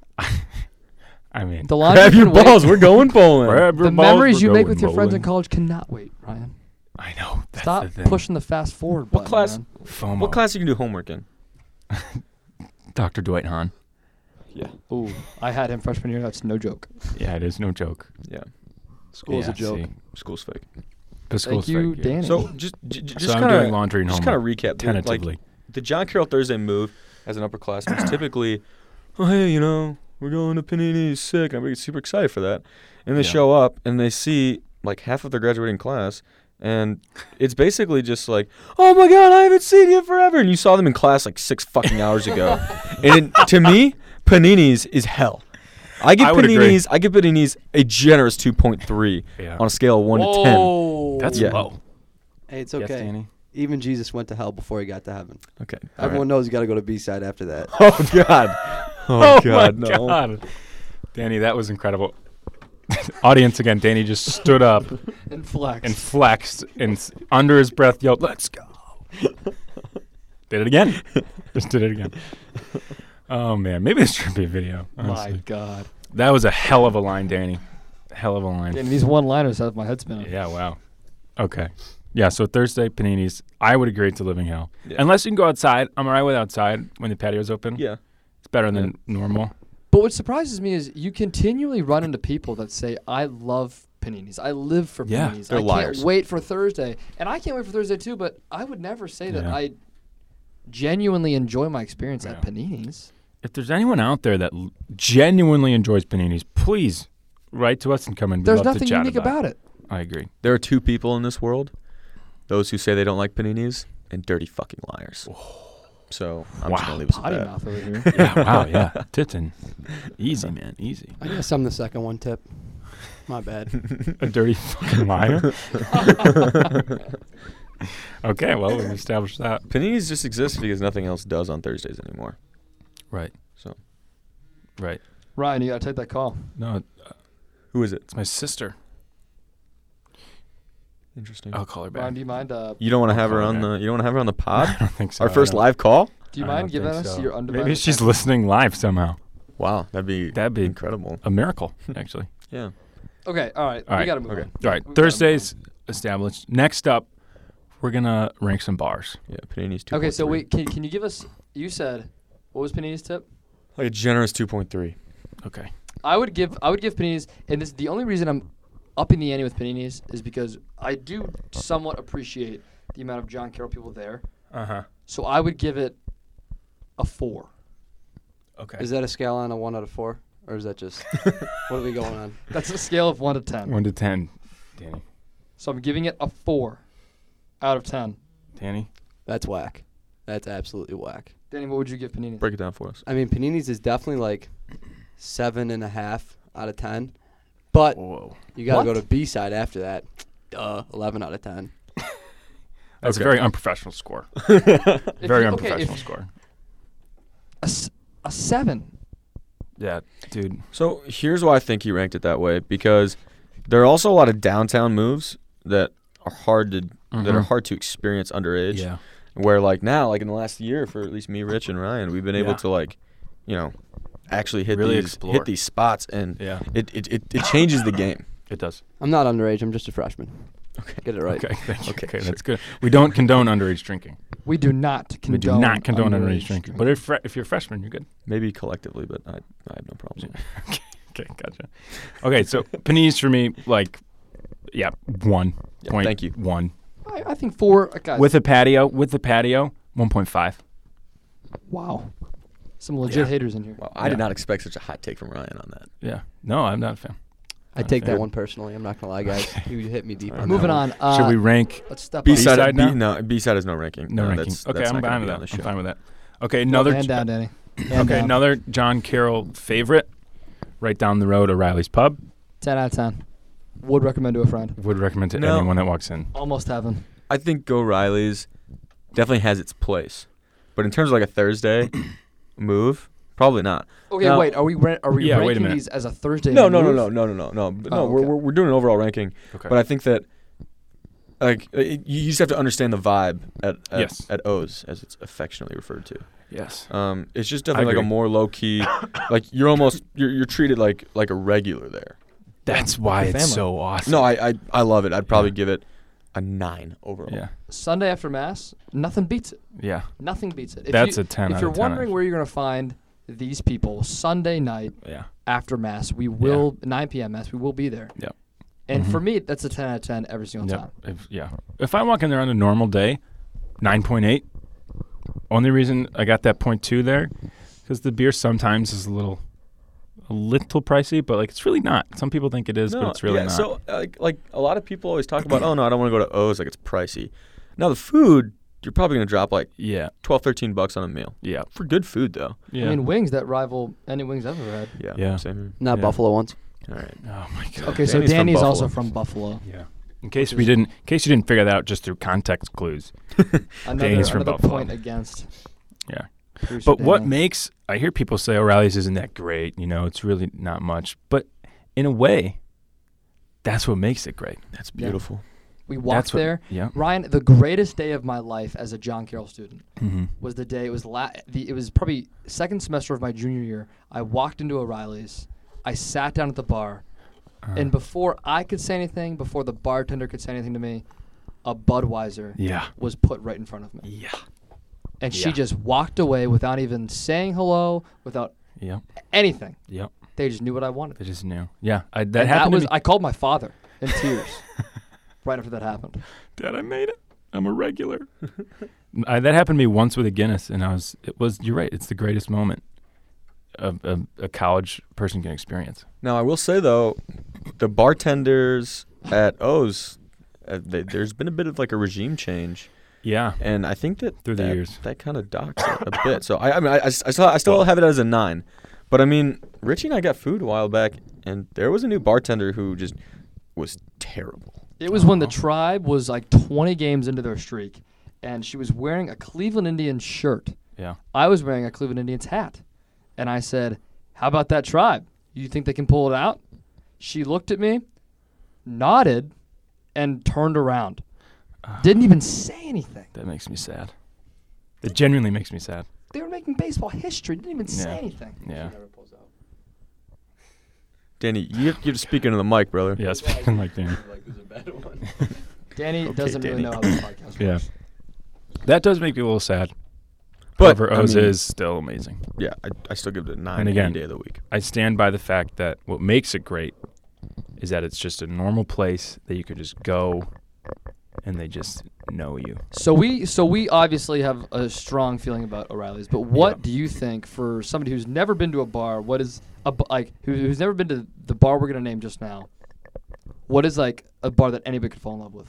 Speaker 1: I mean,
Speaker 2: The laundry
Speaker 3: Grab your
Speaker 2: can wait.
Speaker 3: balls. We're <laughs> going bowling.
Speaker 1: grab your
Speaker 2: The
Speaker 1: balls,
Speaker 2: memories
Speaker 1: we're
Speaker 2: you make
Speaker 1: going
Speaker 2: with your friends
Speaker 1: bowling.
Speaker 2: in college cannot wait, Ryan.
Speaker 1: I know. That's
Speaker 2: Stop
Speaker 1: the thing.
Speaker 2: pushing the fast forward button.
Speaker 3: What class?
Speaker 2: man.
Speaker 1: FOMO.
Speaker 3: What class you can do homework in?
Speaker 1: Dr. Dwight Hahn.
Speaker 3: Yeah,
Speaker 2: Ooh, I had him freshman year. That's no joke.
Speaker 1: Yeah, it is no joke.
Speaker 3: yeah.
Speaker 2: School's
Speaker 1: yeah,
Speaker 2: a joke.
Speaker 1: see.
Speaker 3: School's fake.
Speaker 1: The school's
Speaker 2: you,
Speaker 1: fake,
Speaker 2: Danny.
Speaker 3: So just j- j-
Speaker 1: So
Speaker 3: just
Speaker 1: I'm
Speaker 3: kind
Speaker 1: doing laundry
Speaker 3: of
Speaker 1: and
Speaker 3: just kind of
Speaker 1: homework,
Speaker 3: recap dude,
Speaker 1: Tentatively.
Speaker 3: Like, the John Carroll Thursday move as an upperclassman
Speaker 1: <clears throat>
Speaker 3: is typically, oh hey, you know, we're going to Panini sick. I'm super excited for that. And they
Speaker 1: Yeah.
Speaker 3: show up and they see like half of their graduating class, and it's basically just like, oh my god, I haven't seen you forever. And you saw them in class like six fucking hours ago.
Speaker 1: <laughs>
Speaker 3: and it, to me, Panini's is hell. I give
Speaker 1: I would agree.
Speaker 3: Panini's. I give Panini's a generous 2.3
Speaker 1: Yeah.
Speaker 3: on a scale of one to ten.
Speaker 2: Whoa.
Speaker 1: That's
Speaker 3: Yeah.
Speaker 1: low.
Speaker 4: Oh! Hey, it's
Speaker 1: Yes,
Speaker 4: okay.
Speaker 1: Danny?
Speaker 4: Even Jesus went to hell before he got to heaven.
Speaker 3: Okay. all right.
Speaker 4: Everyone knows you got to go to B side after that.
Speaker 2: <laughs>
Speaker 3: Oh
Speaker 1: <laughs>
Speaker 3: God. <laughs> Oh, God,
Speaker 1: my
Speaker 3: no.
Speaker 1: God. Danny, that was incredible. <laughs> Audience again, Danny just stood up
Speaker 3: <laughs>
Speaker 2: And flex.
Speaker 1: and flexed and s- under his breath yelled, Let's
Speaker 2: <laughs>
Speaker 1: go. did it again. Just did it again. Oh, man. Maybe this should be a video.
Speaker 2: My
Speaker 1: Honestly. <laughs>
Speaker 2: God.
Speaker 1: That was a hell of a line, Danny. Hell of a line.
Speaker 2: And these one-liners have my head spinning.
Speaker 1: Yeah, wow. Okay. Yeah, so Thursday, paninis. I would agree to living hell.
Speaker 3: Yeah.
Speaker 1: Unless you can go outside. I'm all right with outside when the patio's open.
Speaker 3: Yeah.
Speaker 1: It's better than normal.
Speaker 2: But what surprises me is you continually run into people that say, "I love paninis. I live for
Speaker 1: Yeah,
Speaker 2: paninis.
Speaker 3: they're
Speaker 2: I
Speaker 3: liars.
Speaker 2: can't wait for Thursday." And I can't wait for Thursday too, but I would never say that
Speaker 1: Yeah.
Speaker 2: I genuinely enjoy my experience at
Speaker 1: Yeah.
Speaker 2: paninis.
Speaker 1: If there's anyone out there that l- genuinely enjoys paninis, please write to us and come in. We'd
Speaker 2: There's
Speaker 1: love
Speaker 2: nothing
Speaker 1: to chat
Speaker 2: unique about it.
Speaker 1: I agree.
Speaker 3: There are two people in this world: those who say they don't like paninis and dirty fucking liars. So I'm just
Speaker 1: Wow.
Speaker 3: gonna leave it at
Speaker 2: Potty
Speaker 3: that.
Speaker 2: mouth over here.
Speaker 1: <laughs> Yeah, Oh, wow, yeah. Titan. Easy, man. Easy.
Speaker 4: I guess I'm the second one tip.
Speaker 1: <laughs>
Speaker 4: My bad.
Speaker 1: A dirty fucking <laughs> liar. okay, well, we've established that.
Speaker 3: <laughs> Paninis just exist because nothing else does on Thursdays anymore.
Speaker 1: Right.
Speaker 3: So
Speaker 1: Right.
Speaker 2: Ryan, you gotta take that call.
Speaker 1: No,
Speaker 3: who is it?
Speaker 1: it's my sister.
Speaker 3: Interesting.
Speaker 1: I'll call her back.
Speaker 2: Ryan, do you mind? Uh,
Speaker 3: You don't want to
Speaker 1: Oh, I'll
Speaker 3: have her
Speaker 1: call her
Speaker 3: on
Speaker 1: back.
Speaker 3: the. You don't want to have her on the
Speaker 1: <laughs>
Speaker 3: pod. <laughs>
Speaker 1: I don't think so.
Speaker 3: Our
Speaker 1: I
Speaker 3: first
Speaker 1: don't-
Speaker 3: live call.
Speaker 2: do you
Speaker 1: I
Speaker 2: mind
Speaker 1: don't think
Speaker 2: giving us
Speaker 1: so.
Speaker 2: your undivided?
Speaker 1: Maybe she's
Speaker 2: attention?
Speaker 1: listening live somehow.
Speaker 3: Wow, that'd be
Speaker 1: That'd be
Speaker 3: incredible.
Speaker 1: a miracle, actually.
Speaker 3: Yeah.
Speaker 2: Okay, all right.
Speaker 1: All
Speaker 2: we
Speaker 1: right,
Speaker 2: gotta move
Speaker 3: okay.
Speaker 2: on.
Speaker 1: All right,
Speaker 2: We gotta move
Speaker 1: Thursdays established. Next up, we're gonna rank some bars.
Speaker 3: Yeah. Paninis two.
Speaker 2: on. Okay, so wait, can, can you give us? You said what was panini's tip?
Speaker 3: Like a generous two point three.
Speaker 1: Okay.
Speaker 2: I would give I would give paninis, and this the only reason I'm upping the ante with paninis is because I do somewhat appreciate the amount of John Carroll people there.
Speaker 1: Uh huh.
Speaker 2: So I would give it a four.
Speaker 1: Okay.
Speaker 4: is that a scale on a one out of four, or is
Speaker 1: <laughs>
Speaker 4: that just what are we going on?
Speaker 2: That's a scale of one to ten.
Speaker 1: one to ten? Danny.
Speaker 2: So I'm giving it a four out of ten.
Speaker 1: Danny.
Speaker 4: That's whack. That's absolutely whack.
Speaker 2: Danny, what would you give paninis?
Speaker 3: Break it down for us.
Speaker 4: I mean, Panini's is definitely like seven and a half out of ten, but
Speaker 1: Whoa.
Speaker 4: you got to go
Speaker 2: What?
Speaker 4: to B side after that. Duh, eleven out of ten.
Speaker 1: That's a
Speaker 3: Okay.
Speaker 1: very unprofessional score. very
Speaker 2: If you- okay,
Speaker 1: unprofessional
Speaker 2: if-
Speaker 1: score.
Speaker 2: A, s- a seven.
Speaker 1: Yeah, dude.
Speaker 3: So here's why I think he ranked it that way because there are also a lot of downtown moves that are hard to that are
Speaker 1: Mhm.
Speaker 3: hard to experience underage.
Speaker 1: Yeah.
Speaker 3: Where like now, like in the last year, for at least me, Rich, and Ryan, we've been able
Speaker 1: Yeah.
Speaker 3: to like, you know, actually hit
Speaker 1: Really
Speaker 3: these
Speaker 1: explore.
Speaker 3: hit these spots, and
Speaker 1: Yeah.
Speaker 3: it, it, it, it changes the game.
Speaker 1: It does.
Speaker 4: I'm not underage. I'm just a freshman. Okay. Get it right.
Speaker 3: <laughs>
Speaker 1: Okay. Thank you.
Speaker 3: Okay,
Speaker 1: Okay.
Speaker 3: sure.
Speaker 1: That's good. We don't condone underage drinking.
Speaker 2: We do not condone.
Speaker 1: we do not condone underage,
Speaker 2: underage
Speaker 1: drinking. But if fre- if you're a freshman, you're good.
Speaker 3: Maybe collectively, but I, I have no problem.
Speaker 1: Okay. Gotcha. Okay. So <laughs> Panisse for me, like, yeah, one
Speaker 3: Yeah,
Speaker 1: point
Speaker 3: thank you.
Speaker 1: one
Speaker 2: I, I think four. uh, Guys,
Speaker 1: with a patio. With the patio, one point five.
Speaker 2: wow, some
Speaker 1: Yeah.
Speaker 2: legit haters in here.
Speaker 3: Wow, I
Speaker 1: Yeah.
Speaker 3: did not expect such a hot take from Ryan on that.
Speaker 1: Yeah. No, I'm not a fan.
Speaker 4: I take that
Speaker 1: Fair.
Speaker 4: one personally. I'm not gonna lie, guys. You hit me deep.
Speaker 3: All
Speaker 4: on
Speaker 3: right.
Speaker 4: that
Speaker 2: Moving
Speaker 4: one.
Speaker 2: on. Uh,
Speaker 1: Should we rank?
Speaker 2: Let's step
Speaker 3: B
Speaker 2: up.
Speaker 1: B-side
Speaker 3: side, B,
Speaker 1: now?
Speaker 3: no, B side is no ranking.
Speaker 1: No, ranking.
Speaker 3: That's,
Speaker 1: okay,
Speaker 3: that's
Speaker 1: I'm
Speaker 3: not gonna
Speaker 1: fine with
Speaker 3: be
Speaker 1: that.
Speaker 3: on the show.
Speaker 1: I'm fine with that. Okay, another.
Speaker 2: Hand down, Danny. Hand
Speaker 1: okay,
Speaker 2: down.
Speaker 1: another John Carroll favorite. Right down the road, O'Reilly's Pub.
Speaker 2: Ten out of ten. Would recommend to a friend.
Speaker 1: Would recommend to
Speaker 3: No.
Speaker 1: anyone that walks in.
Speaker 2: Almost heaven.
Speaker 3: I think Go Riley's definitely has its place, but in terms of like a Thursday
Speaker 1: <clears throat>
Speaker 3: move, probably not.
Speaker 2: Okay,
Speaker 3: Now-
Speaker 2: wait. Are we ra- are we
Speaker 1: Yeah, wait a
Speaker 2: ranking
Speaker 1: minute.
Speaker 2: these as a Thursday?
Speaker 3: No, no, no,
Speaker 2: move?
Speaker 3: no, no, no, no, no. But no,
Speaker 2: Oh,
Speaker 3: we're,
Speaker 2: okay.
Speaker 3: we're we're doing an overall ranking,
Speaker 1: Okay.
Speaker 3: but I think that like uh, you you just have to understand the vibe at at,
Speaker 1: Yes.
Speaker 3: at O's as it's affectionately referred to.
Speaker 1: yes.
Speaker 3: Um, it's just definitely like a
Speaker 1: agree.
Speaker 3: more
Speaker 1: <coughs>
Speaker 3: low key, like you're almost you're, you're treated like like a regular there.
Speaker 1: That's why
Speaker 2: The
Speaker 1: it's
Speaker 2: family.
Speaker 1: so awesome.
Speaker 3: No, I I, I love it. I'd probably
Speaker 1: Yeah.
Speaker 3: give it a nine overall.
Speaker 1: Yeah.
Speaker 2: Sunday after mass, nothing beats it.
Speaker 1: Yeah.
Speaker 2: Nothing beats it. If
Speaker 1: That's
Speaker 2: you,
Speaker 1: a 10
Speaker 2: If
Speaker 1: out
Speaker 2: you're
Speaker 1: of 10,
Speaker 2: wondering where you're gonna find these people Sunday night
Speaker 1: Yeah.
Speaker 2: after mass, we will 9 p.m. mass. We will be there.
Speaker 1: Yep.
Speaker 2: And for
Speaker 1: Mhm.
Speaker 2: me, that's a 10 out of 10 every single
Speaker 1: Yep.
Speaker 2: time.
Speaker 1: If, yeah. If I walk in there on a normal day, 9.8. Only reason I got that point two there, because the beer sometimes is a little, a little pricey, but like it's really not. Some people think it is, but it's really
Speaker 3: yeah,
Speaker 1: not.
Speaker 3: So like like a lot of people always talk about, oh no, I don't want to go to O's, like it's pricey. Now the food, you're probably gonna drop like
Speaker 1: yeah.
Speaker 3: 12, 13 bucks on a meal
Speaker 1: Yeah.
Speaker 3: for good food though.
Speaker 1: Yeah.
Speaker 2: I mean, wings that rival any wings I've
Speaker 1: <sighs>
Speaker 2: ever had.
Speaker 3: Yeah.
Speaker 1: Yeah.
Speaker 3: Same
Speaker 4: Not
Speaker 1: Yeah.
Speaker 4: Buffalo ones.
Speaker 3: here. All right.
Speaker 1: oh my god.
Speaker 2: Okay, so
Speaker 3: Danny's from
Speaker 2: Danny's also
Speaker 3: Buffalo.
Speaker 2: from Buffalo.
Speaker 1: Yeah. In case we didn't, in case you didn't figure that out, just through context clues.
Speaker 2: Another,
Speaker 1: Danny's from
Speaker 2: another
Speaker 1: Buffalo.
Speaker 2: point against.
Speaker 1: Yeah.
Speaker 2: producer
Speaker 1: But what
Speaker 2: Danny.
Speaker 1: makes I hear people say O'Reilly's isn't that great, you know, it's really not much. But in a way, that's what makes it great.
Speaker 3: That's
Speaker 2: Yeah.
Speaker 3: beautiful.
Speaker 2: we walked
Speaker 1: that's what-
Speaker 2: there?
Speaker 1: Yeah.
Speaker 2: Ryan, the greatest day of my life as a John Carroll student
Speaker 1: Mm-hmm.
Speaker 2: was the day it was la- the it was probably second semester of my junior year. I walked into O'Reilly's. I sat down at the bar,
Speaker 1: Uh.
Speaker 2: and before I could say anything, before the bartender could say anything to me, a Budweiser
Speaker 1: yeah.
Speaker 2: was put right in front of me.
Speaker 1: Yeah.
Speaker 2: And she
Speaker 1: Yeah.
Speaker 2: just walked away without even saying hello, without
Speaker 1: Yep.
Speaker 2: anything.
Speaker 1: Yep.
Speaker 2: They just knew what I wanted.
Speaker 1: They just knew. Yeah. I, that
Speaker 2: And
Speaker 1: happened.
Speaker 2: was
Speaker 1: to me.
Speaker 2: I called my father in
Speaker 1: <laughs>
Speaker 2: tears right after that happened.
Speaker 1: Dad, I made it. I'm a regular. <laughs> I, that happened to me once with a Guinness, and I was. It was. You're right. It's the greatest moment a, a, a college person can experience.
Speaker 3: Now I will say though, the bartenders at O's, uh, they, there's been a bit of like a regime change,
Speaker 1: Yeah.
Speaker 3: and I think that
Speaker 1: Through the
Speaker 3: that-
Speaker 1: years.
Speaker 3: that kind of docks it a bit. So I, I mean, I, I s- I still, I still have it as a nine, but I mean, Richie and I got food a while back, and there was a new bartender who just was terrible.
Speaker 2: It was when the
Speaker 1: Aw.
Speaker 2: tribe was like 20 games into their streak, and she was wearing a Cleveland Indians shirt.
Speaker 1: Yeah.
Speaker 2: I was wearing a Cleveland Indians hat. And I said, How about that tribe? You think they can pull it out? She looked at me, nodded, and turned around.
Speaker 1: Uh-huh.
Speaker 2: Didn't even say anything.
Speaker 1: That makes me sad. It genuinely makes me sad.
Speaker 2: They were making baseball history. Didn't even say
Speaker 1: Yeah.
Speaker 2: anything.
Speaker 1: Yeah.
Speaker 3: Danny, you have, you have to speak into the mic, brother.
Speaker 1: Yeah. <laughs> Speaking like that.
Speaker 2: Danny
Speaker 3: Okay,
Speaker 2: doesn't
Speaker 3: Danny.
Speaker 2: really know how this podcast works.
Speaker 1: Yeah. That does make me a little sad.
Speaker 3: But,
Speaker 1: However,
Speaker 3: I
Speaker 1: O's
Speaker 3: mean-
Speaker 1: is still amazing.
Speaker 3: Yeah, I, I still give it a nine
Speaker 1: And again-
Speaker 3: any day of the week.
Speaker 1: I stand by the fact that what makes it great is that it's just a normal place that you could just go and they just know you.
Speaker 2: So we so we obviously have a strong feeling about O'Reilly's, but what do you think for somebody who's never been to a bar? What is a b- like who, who's never been to the bar we're gonna name just now? What is like a bar that anybody could fall in love with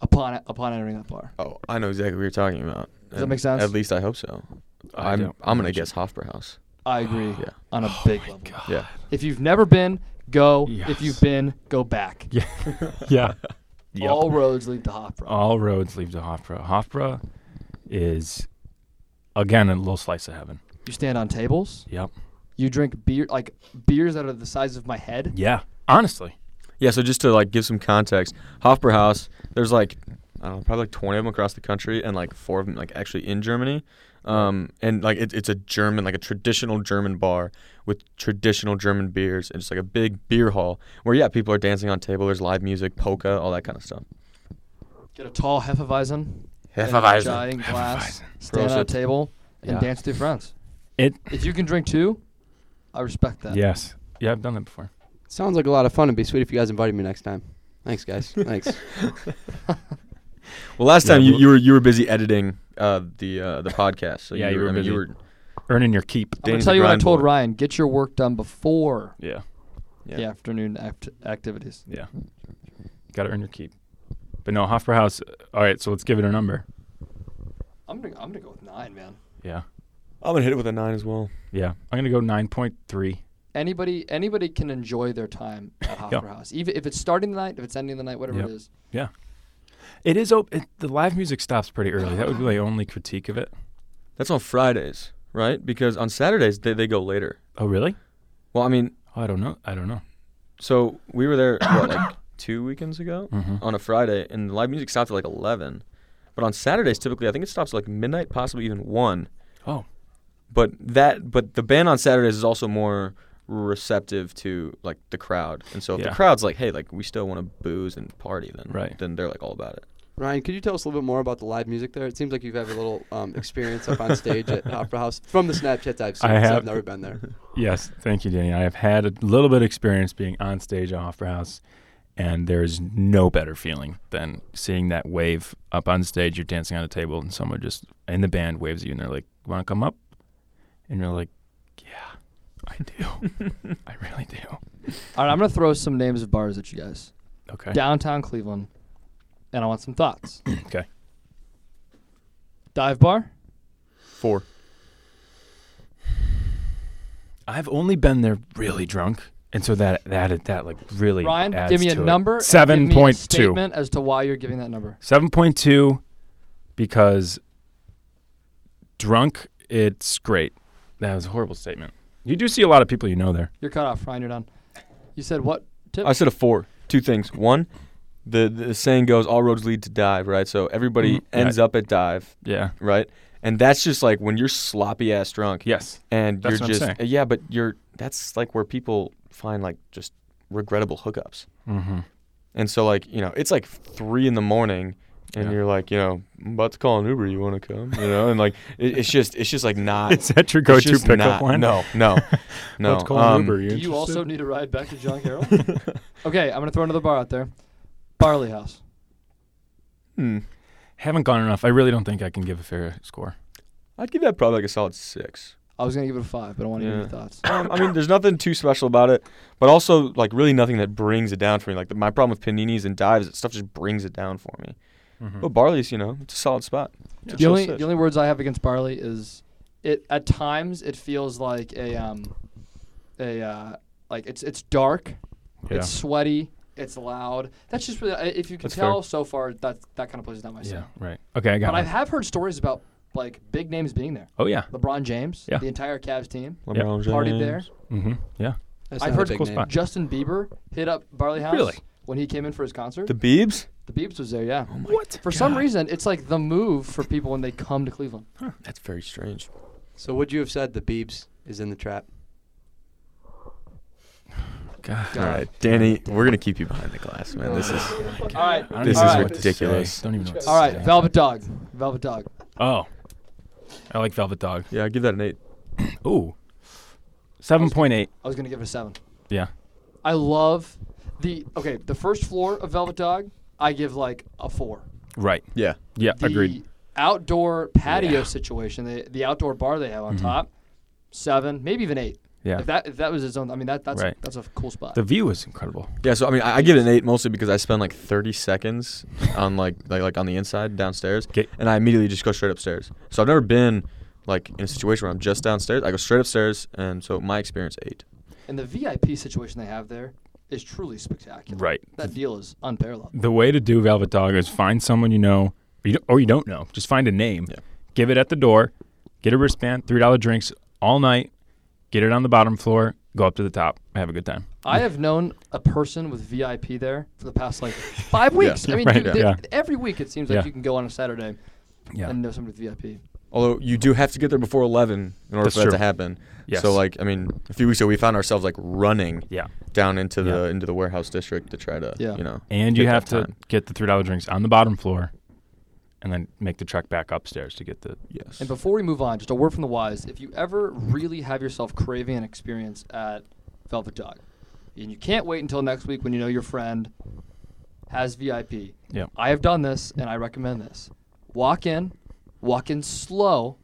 Speaker 2: upon e, upon entering that bar?
Speaker 3: Oh, I know exactly what you're talking about.
Speaker 2: Does that
Speaker 3: and
Speaker 2: make sense?
Speaker 3: At least I hope so.
Speaker 1: I
Speaker 3: I'm
Speaker 1: don't-
Speaker 3: I'm gonna guess Hofbrauhaus.
Speaker 2: I agree
Speaker 3: Yeah.
Speaker 2: on a
Speaker 1: Oh
Speaker 2: big level.
Speaker 3: Yeah.
Speaker 2: If you've never been, go. If you've
Speaker 1: Yes.
Speaker 2: been, go back.
Speaker 1: <laughs> Yeah. <laughs> yeah. Yep.
Speaker 2: All roads lead to Hofbrau.
Speaker 1: All roads lead to Hofbra. Hofbra is again a little slice of heaven.
Speaker 2: you stand on tables.
Speaker 1: Yep.
Speaker 2: You drink beer like beers that are the size of my head.
Speaker 1: Yeah, honestly.
Speaker 3: Yeah, so just to like give some context, Hofbrauhaus, there's like I don't know, probably like 20 of them across the country, and like four of them like actually in Germany. Um, and like it, it's a German, like a traditional German bar with traditional German beers, and just like a big beer hall where yeah, people are dancing on table. There's live music, polka, all that kind of
Speaker 1: <laughs>
Speaker 3: stuff.
Speaker 2: Get a tall hefeweizen. and A
Speaker 3: Hefeweizen.
Speaker 2: giant glass.
Speaker 1: Hefeweizen.
Speaker 2: Stand at a
Speaker 3: Prosit.
Speaker 2: table and
Speaker 3: Yeah.
Speaker 2: dance with your friends.
Speaker 1: It.
Speaker 2: If you can drink two, I respect that.
Speaker 1: Yes. Yeah, I've done that before.
Speaker 4: Sounds like a lot of fun. It'd be sweet if you guys invited me next time. Thanks, guys. Thanks.
Speaker 3: Well, last
Speaker 1: Yeah,
Speaker 3: time you,
Speaker 1: well-
Speaker 3: you were you were busy editing uh, the uh, the podcast. So
Speaker 1: Yeah, you
Speaker 3: you
Speaker 1: were
Speaker 3: I mean,
Speaker 1: busy.
Speaker 3: You were,
Speaker 1: Earning your keep.
Speaker 2: I'm gonna
Speaker 3: Danny's
Speaker 2: tell
Speaker 3: a
Speaker 2: you what I
Speaker 3: grind
Speaker 2: told
Speaker 3: boy.
Speaker 2: Ryan: get your work done before
Speaker 1: Yeah.
Speaker 3: yeah.
Speaker 2: the afternoon act- activities.
Speaker 1: Yeah. Got to earn your keep. But no, Hofbrauhaus. All right, uh, so let's give it a number.
Speaker 2: I'm gonna, I'm gonna go with nine, man.
Speaker 1: Yeah.
Speaker 3: I'm gonna hit it with a nine as well.
Speaker 1: Yeah. I'm going to go 9.3.
Speaker 2: Anybody anybody can enjoy their time
Speaker 1: <laughs>
Speaker 2: at Hofbrauhaus, House, even if it's starting the night, if it's ending the night, whatever
Speaker 1: Yep.
Speaker 2: it is.
Speaker 1: Yeah. It is op- it, the live music stops pretty early. That would be my only critique of it.
Speaker 3: That's on Fridays, right? Because on Saturdays they, they go later.
Speaker 1: Oh, really?
Speaker 3: Well, I mean,
Speaker 1: Oh, I don't know. I don't know.
Speaker 3: so we were there what like two weekends ago
Speaker 1: Mhm.
Speaker 3: on a Friday, and the live music stopped at like eleven. But on Saturdays, typically, I think it stops at like midnight, possibly even one.
Speaker 1: Oh,
Speaker 3: But that, but the band on Saturdays is also more receptive to like the crowd, and so if
Speaker 1: Yeah.
Speaker 3: the crowd's like, "Hey, like we still want to booze and party," then
Speaker 1: Right.
Speaker 3: then they're like all about it.
Speaker 4: Ryan, could you tell us a little bit more about the live music there? It seems like you've had a little um, experience up on stage at Opera House from the Snapchats I've seen.
Speaker 1: I
Speaker 4: 'cause
Speaker 1: have.
Speaker 4: I've never been there.
Speaker 1: yes. Thank you, Danny. I have had a little bit of experience being on stage at Opera House, and there is no better feeling than seeing that wave up on stage. You're dancing on a table, and someone just in the band waves you, and they're like, "Want to come up?" And you're like, "Yeah, I
Speaker 2: <laughs>
Speaker 1: do. I really do."
Speaker 2: All right, I'm gonna throw some names of bars at you guys.
Speaker 1: Okay.
Speaker 2: Downtown Cleveland, and I want some thoughts.
Speaker 1: <clears throat> Okay.
Speaker 2: Dive bar,
Speaker 3: Four.
Speaker 1: I've only been there really drunk, and so that that that like really
Speaker 2: Ryan.
Speaker 1: adds
Speaker 2: Give me a
Speaker 1: to it.
Speaker 2: number. and
Speaker 1: Seven
Speaker 2: give me a
Speaker 1: point two.
Speaker 2: Statement as to why you're giving that number.
Speaker 1: Seven point two, because drunk, it's great. That was a horrible statement. You do see a lot of people you know there.
Speaker 2: You're cut off, Ryan. You're done. You said what? Tip?
Speaker 3: I said a four. Two things. One, the the saying goes, "All roads lead to dive," right? So everybody
Speaker 1: Mhm.
Speaker 3: ends up at dive,
Speaker 1: Yeah.
Speaker 3: right? And that's just like when you're sloppy ass drunk.
Speaker 1: Yes.
Speaker 3: and
Speaker 1: That's
Speaker 3: you're
Speaker 1: what I'm
Speaker 3: just
Speaker 1: saying.
Speaker 3: yeah, but you're that's like where people find like just regrettable hookups.
Speaker 1: Mm-hmm.
Speaker 3: And so like you know it's like three in the morning, and
Speaker 1: Yeah.
Speaker 3: you're like you know I'm about to call an Uber. You want to come? You know, and like it, it's just it's just like not.
Speaker 1: Is that your
Speaker 3: it's
Speaker 1: go-to
Speaker 3: just
Speaker 1: pickup
Speaker 3: not-
Speaker 1: line?
Speaker 3: No,
Speaker 1: <laughs>
Speaker 3: no, no.
Speaker 1: Let's call an
Speaker 3: um,
Speaker 1: Uber. You
Speaker 2: Do you
Speaker 1: interested?
Speaker 2: also need a ride back to John Carroll? okay, I'm gonna throw another bar out there. Barley House.
Speaker 3: hmm,
Speaker 1: haven't gone enough. I really don't think I can give a fair score.
Speaker 3: I'd give that probably like a solid six.
Speaker 2: I was gonna give it a five, but I want to hear
Speaker 3: Yeah.
Speaker 2: your thoughts.
Speaker 3: Um, I mean, there's nothing too special about it, but also like really nothing that brings it down for me. Like the, my problem with paninis and dives, is that stuff just brings it down for me.
Speaker 1: Mhm.
Speaker 3: But barley's, you know, it's a solid spot. It's a
Speaker 2: The
Speaker 3: chill
Speaker 2: only
Speaker 3: sitch.
Speaker 2: the only words I have against barley is it. At times, it feels like a um, a uh, like it's it's dark,
Speaker 1: Yeah.
Speaker 2: it's sweaty, it's loud. That's just really, I- if you can
Speaker 3: That's fair.
Speaker 2: tell so far that that kind of place is not my
Speaker 1: yeah.
Speaker 2: scene.
Speaker 1: Right. Okay. I got
Speaker 2: But I
Speaker 1: one.
Speaker 2: have heard stories about like big names being there.
Speaker 1: oh yeah.
Speaker 2: LeBron James,
Speaker 1: Yeah.
Speaker 2: the entire Cavs team,
Speaker 3: LeBron
Speaker 2: partied
Speaker 3: James.
Speaker 2: there.
Speaker 1: Mm-hmm. Yeah.
Speaker 4: That's
Speaker 2: I've
Speaker 4: not a
Speaker 2: heard
Speaker 4: big
Speaker 1: cool
Speaker 4: name.
Speaker 1: spot.
Speaker 2: Justin Bieber hit up Barley House
Speaker 1: Really?
Speaker 2: when he came in for his concert.
Speaker 3: The Oh
Speaker 2: The,
Speaker 3: Beebs?
Speaker 2: Biebs was there, yeah.
Speaker 1: What?
Speaker 2: for some
Speaker 1: God,
Speaker 2: reason, it's like the move for people when they come to Cleveland.
Speaker 3: That's very strange.
Speaker 4: So would you have said the Beebs is in the trap?
Speaker 1: God.
Speaker 3: All
Speaker 2: God.
Speaker 3: right, Danny, we're gonna keep you behind the glass, man. This is
Speaker 2: All right,
Speaker 1: I don't
Speaker 3: This
Speaker 1: even
Speaker 3: is
Speaker 1: know what to say.
Speaker 3: ridiculous.
Speaker 1: Don't even know. What to
Speaker 2: all right,
Speaker 1: say.
Speaker 2: Velvet Dog, Velvet Dog.
Speaker 1: Oh, I like Velvet Dog.
Speaker 3: <laughs> yeah. Give that an eight.
Speaker 1: Ooh, seven point eight.
Speaker 2: I was gonna give it a seven.
Speaker 1: Yeah.
Speaker 2: I love the okay. The first floor of Velvet Dog, I give like a four.
Speaker 1: Right.
Speaker 3: Yeah.
Speaker 1: Yeah.
Speaker 2: The
Speaker 1: agreed.
Speaker 2: outdoor patio
Speaker 1: Yeah.
Speaker 2: situation, the the outdoor bar they have on
Speaker 3: Mm-hmm.
Speaker 1: Mhm.
Speaker 2: top, seven, maybe even eight.
Speaker 1: Yeah.
Speaker 2: If that if that was its own, I mean that that's
Speaker 1: Right.
Speaker 2: that's a cool spot.
Speaker 1: The view is incredible.
Speaker 3: Yeah. So I mean, I, I give it an eight mostly because I spend like 30 seconds on like like, like on the inside downstairs,
Speaker 1: Okay.
Speaker 3: and I immediately just go straight upstairs. So I've never been like in a situation where I'm just downstairs. I go straight upstairs, and so my experience eight.
Speaker 2: and the VIP situation they have there is truly spectacular.
Speaker 1: Right.
Speaker 2: That deal is unparalleled.
Speaker 1: The way to do Velvet Dog is find someone you know, or you don't, or you don't know. Just find a name.
Speaker 3: Yeah.
Speaker 1: Give it at the door. Get a wristband. Three dollar drinks all night. Get it on the bottom floor, go up to the top, have a good time.
Speaker 2: I have known a person with VIP there for the past like five weeks. I mean,
Speaker 1: Right, <laughs>
Speaker 2: dude,
Speaker 1: yeah.
Speaker 2: there-
Speaker 1: Yeah.
Speaker 2: every week it seems like
Speaker 1: Yeah.
Speaker 2: you can go on a Saturday
Speaker 1: Yeah.
Speaker 2: and know somebody with VIP.
Speaker 3: Although you do have to get there before eleven in order
Speaker 1: That's
Speaker 3: for that
Speaker 1: true.
Speaker 3: to happen.
Speaker 1: Yes.
Speaker 3: So like I mean, a few weeks ago we found ourselves like running
Speaker 1: Yeah.
Speaker 3: down into the
Speaker 1: Yeah.
Speaker 3: into the warehouse district to try to
Speaker 2: Yeah.
Speaker 3: you know.
Speaker 1: And you
Speaker 3: pick
Speaker 1: have
Speaker 3: up
Speaker 1: to
Speaker 3: time.
Speaker 1: get the three dollar drinks on the bottom floor, and then make the trek back upstairs to get the.
Speaker 3: Yes.
Speaker 2: And before we move on, just a word from the wise. If you ever really have yourself craving an experience at Velvet Dog, and you can't wait until next week when you know your friend has VIP,
Speaker 1: Yeah.
Speaker 2: I have done this and I recommend this. Walk in, walk in slow,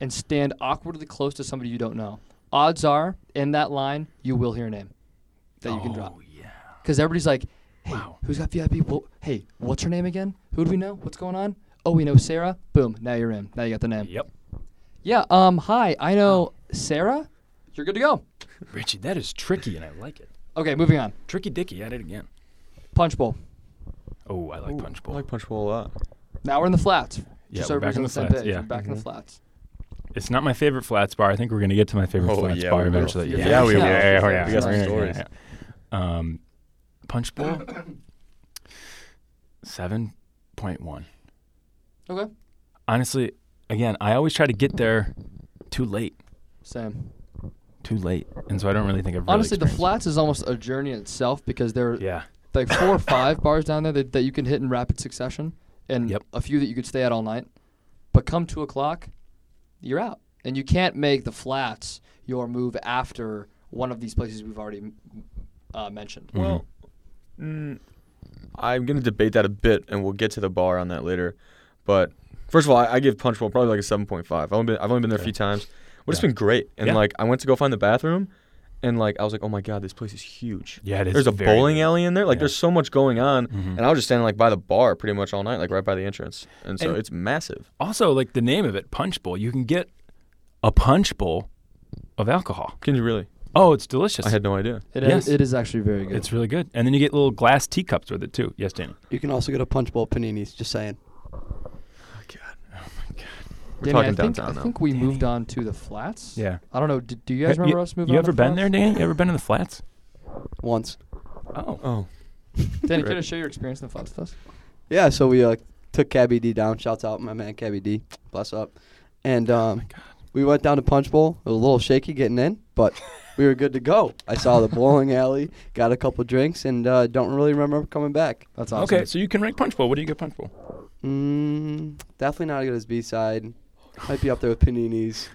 Speaker 2: and stand awkwardly close to somebody you don't know. Odds are, in that line, you will hear a name that
Speaker 1: Oh,
Speaker 2: you can drop.
Speaker 1: yeah.
Speaker 2: Because everybody's like, hey,
Speaker 1: Wow.
Speaker 2: who's got VIP? Well, hey, what's her name again? Who do we know? What's going on? Oh, we know Sarah. Boom, now you're in. Now you got the name.
Speaker 1: Yep.
Speaker 2: Yeah, um, hi, I know Sarah. You're good to go.
Speaker 1: Richie, that is tricky, and I like it.
Speaker 2: Okay, moving on.
Speaker 1: Tricky Dicky at it again.
Speaker 2: Punch Bowl.
Speaker 1: Oh, I like punch bowl.
Speaker 3: I like punch bowl a lot.
Speaker 2: Now we're in the flats.
Speaker 1: Yeah,
Speaker 2: Just
Speaker 1: we're
Speaker 2: so
Speaker 1: back
Speaker 2: everybody's
Speaker 1: in
Speaker 2: on
Speaker 1: the
Speaker 2: the same
Speaker 1: flats,
Speaker 2: page.
Speaker 1: yeah. Mm-hmm.
Speaker 2: We're back in the flats.
Speaker 1: It's not my favorite flats bar. I think we're gonna get to my favorite
Speaker 3: Oh,
Speaker 1: flats
Speaker 3: yeah,
Speaker 1: bar
Speaker 3: we will.
Speaker 1: eventually.
Speaker 3: Yeah, Yeah, we
Speaker 1: yeah,
Speaker 3: will.
Speaker 1: yeah, yeah, yeah.
Speaker 3: We got some
Speaker 1: Yeah, yeah,
Speaker 3: stories.
Speaker 1: yeah. Um, punch bowl, seven point one.
Speaker 2: Okay,
Speaker 1: Honestly, again, I always try to get there too late,
Speaker 2: same.
Speaker 1: too late, and so I don't really think I've really
Speaker 2: Honestly, the
Speaker 1: experienced-
Speaker 2: flats is almost a journey in itself because there are
Speaker 1: Yeah,
Speaker 2: like four or five bars down there that, that you can hit in rapid succession and
Speaker 1: Yep.
Speaker 2: a few that you could stay at all night. But come two o'clock, you're out. And you can't make the flats your move after one of these places we've already uh, mentioned.
Speaker 1: Mm-hmm.
Speaker 3: Well, mm, I'm going to debate that a bit, and we'll get to the bar on that later. But first of all, I, I give Punch Bowl probably like a 7.5. I've only been, I've only been there a few times, but it's
Speaker 1: Yeah.
Speaker 3: been great. And
Speaker 1: Yeah.
Speaker 3: like, I went to go find the bathroom, and like, I was like, oh my god, this place is huge. Mm-hmm.
Speaker 1: yeah, it is.
Speaker 3: There's a
Speaker 1: very
Speaker 3: bowling
Speaker 1: big.
Speaker 3: alley in there. Like,
Speaker 1: Yeah.
Speaker 3: there's so much going on,
Speaker 1: Mhm.
Speaker 3: and I was just standing like by the bar pretty much all night, like right by the entrance. And so
Speaker 1: And-
Speaker 3: it's massive.
Speaker 1: Also, like the name of it, punch bowl. You can get a punch bowl of alcohol.
Speaker 3: Can you really?
Speaker 1: Oh, it's delicious.
Speaker 3: I had no idea.
Speaker 2: It,
Speaker 1: Yes.
Speaker 2: it is actually very good.
Speaker 1: it's really good, and then you get little glass teacups with it too. Yes, Danny.
Speaker 4: You can also get a punch bowl paninis. Just saying.
Speaker 3: Oh god. We're
Speaker 2: Danny,
Speaker 3: talking
Speaker 2: I think,
Speaker 3: downtown
Speaker 2: I
Speaker 3: now.
Speaker 2: think we moved on to the flats.
Speaker 1: Yeah.
Speaker 2: I don't know. Do, do you guys
Speaker 1: Yeah,
Speaker 2: remember us moving
Speaker 1: You
Speaker 2: on to
Speaker 1: ever been there,
Speaker 2: flats?
Speaker 1: Danny? You ever been in the flats?
Speaker 4: Once.
Speaker 1: Oh.
Speaker 3: Oh.
Speaker 2: Danny,
Speaker 3: Right.
Speaker 2: can you share your experience in the flats with us?
Speaker 4: Yeah, so we uh, took Cabby D down. Shouts out my man Cabby D. Bless up. And um, we went down to Punch Bowl. It was a little shaky getting in, but we were good to go. I saw the bowling alley, got a couple drinks, and uh, don't really remember coming back.
Speaker 2: That's awesome.
Speaker 1: Okay, so you can rank punch bowl. What do you get punch bowl?
Speaker 4: Mm, definitely not as good as B side. Might be up there with paninis.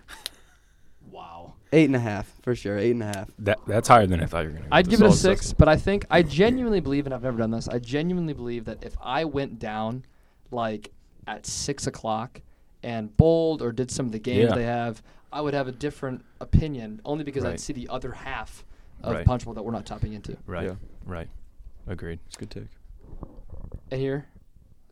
Speaker 2: Wow.
Speaker 4: Eight and a half for sure. Eight and a half.
Speaker 1: That that's higher than I thought you were gonna.
Speaker 2: I'd
Speaker 1: That's
Speaker 2: give it a
Speaker 1: all-
Speaker 2: six, but I think I genuinely believe, and I've never done this. I genuinely believe that if I went down, like at six o'clock, and bowled or did some of the games
Speaker 1: Yeah.
Speaker 2: they have, I would have a different opinion. Only because
Speaker 1: Right.
Speaker 2: I'd see the other half of
Speaker 1: Right.
Speaker 2: Punch Bowl that we're not tapping into.
Speaker 1: Right.
Speaker 3: Yeah.
Speaker 1: Right. Agreed.
Speaker 3: It's a good take.
Speaker 2: And here,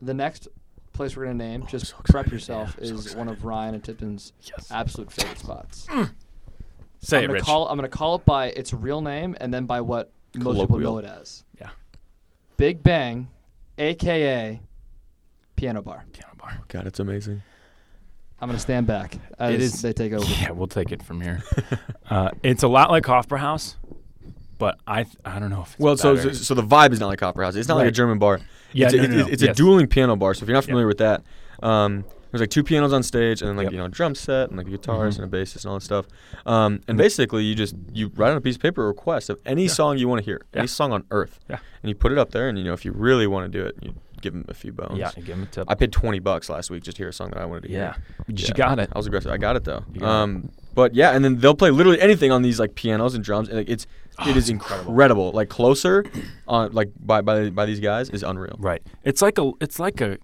Speaker 2: the next place we're gonna name, just
Speaker 1: Oh, so
Speaker 2: prep
Speaker 1: excited.
Speaker 2: yourself,
Speaker 1: Yeah, so
Speaker 2: is one of Ryan and Tipton's absolute favorite spots.
Speaker 1: Say
Speaker 2: I'm
Speaker 1: it,
Speaker 2: gonna
Speaker 1: Rich.
Speaker 2: call I'm gonna call it by its real name and then by what most people
Speaker 3: Colloquial.
Speaker 2: know it as.
Speaker 1: Yeah.
Speaker 2: Big Bang, aka Piano Bar.
Speaker 1: Piano bar.
Speaker 3: God, it's amazing.
Speaker 2: I'm gonna stand back as
Speaker 1: It is-
Speaker 2: they take over.
Speaker 1: <laughs> Yeah, we'll take it from <laughs> here. uh, it's a lot like Hofbrauhaus, but I th- I don't know if it's
Speaker 3: Well, so, so
Speaker 1: better.
Speaker 3: so the vibe is not like Opera House. It's not like a
Speaker 1: Right.
Speaker 3: German bar.
Speaker 1: Yeah,
Speaker 3: it's,
Speaker 1: no,
Speaker 3: a,
Speaker 1: no,
Speaker 3: it's-
Speaker 1: no.
Speaker 3: it's
Speaker 1: Yes.
Speaker 3: a dueling piano bar. So if you're not familiar
Speaker 1: Yeah.
Speaker 3: with that, um, there's like two pianos on stage, and then like
Speaker 1: Yep.
Speaker 3: you know a drum set, and like a guitarist
Speaker 1: Mhm.
Speaker 3: and a bassist and all that stuff. Um,
Speaker 1: Mm-hmm.
Speaker 3: and basically, you just you write on a piece of paper a request of any song you want to hear,
Speaker 1: Yeah.
Speaker 3: any song on earth,
Speaker 1: Yeah.
Speaker 3: and you put it up there. And you know if you really want to do it, you give them a few bones.
Speaker 1: yeah, give him a tip.
Speaker 3: I paid twenty bucks last week just to hear a song that I wanted to
Speaker 1: yeah,
Speaker 3: hear.
Speaker 1: you
Speaker 3: Yeah.
Speaker 1: got it.
Speaker 3: I was aggressive. I got it though.
Speaker 1: You got it.
Speaker 3: Um, but yeah, and then they'll play literally anything on these like pianos and drums, and like, it's
Speaker 1: Ah,
Speaker 3: it is incredible. Like closer, on like by by by these guys is unreal.
Speaker 1: Right. It's like a it's like a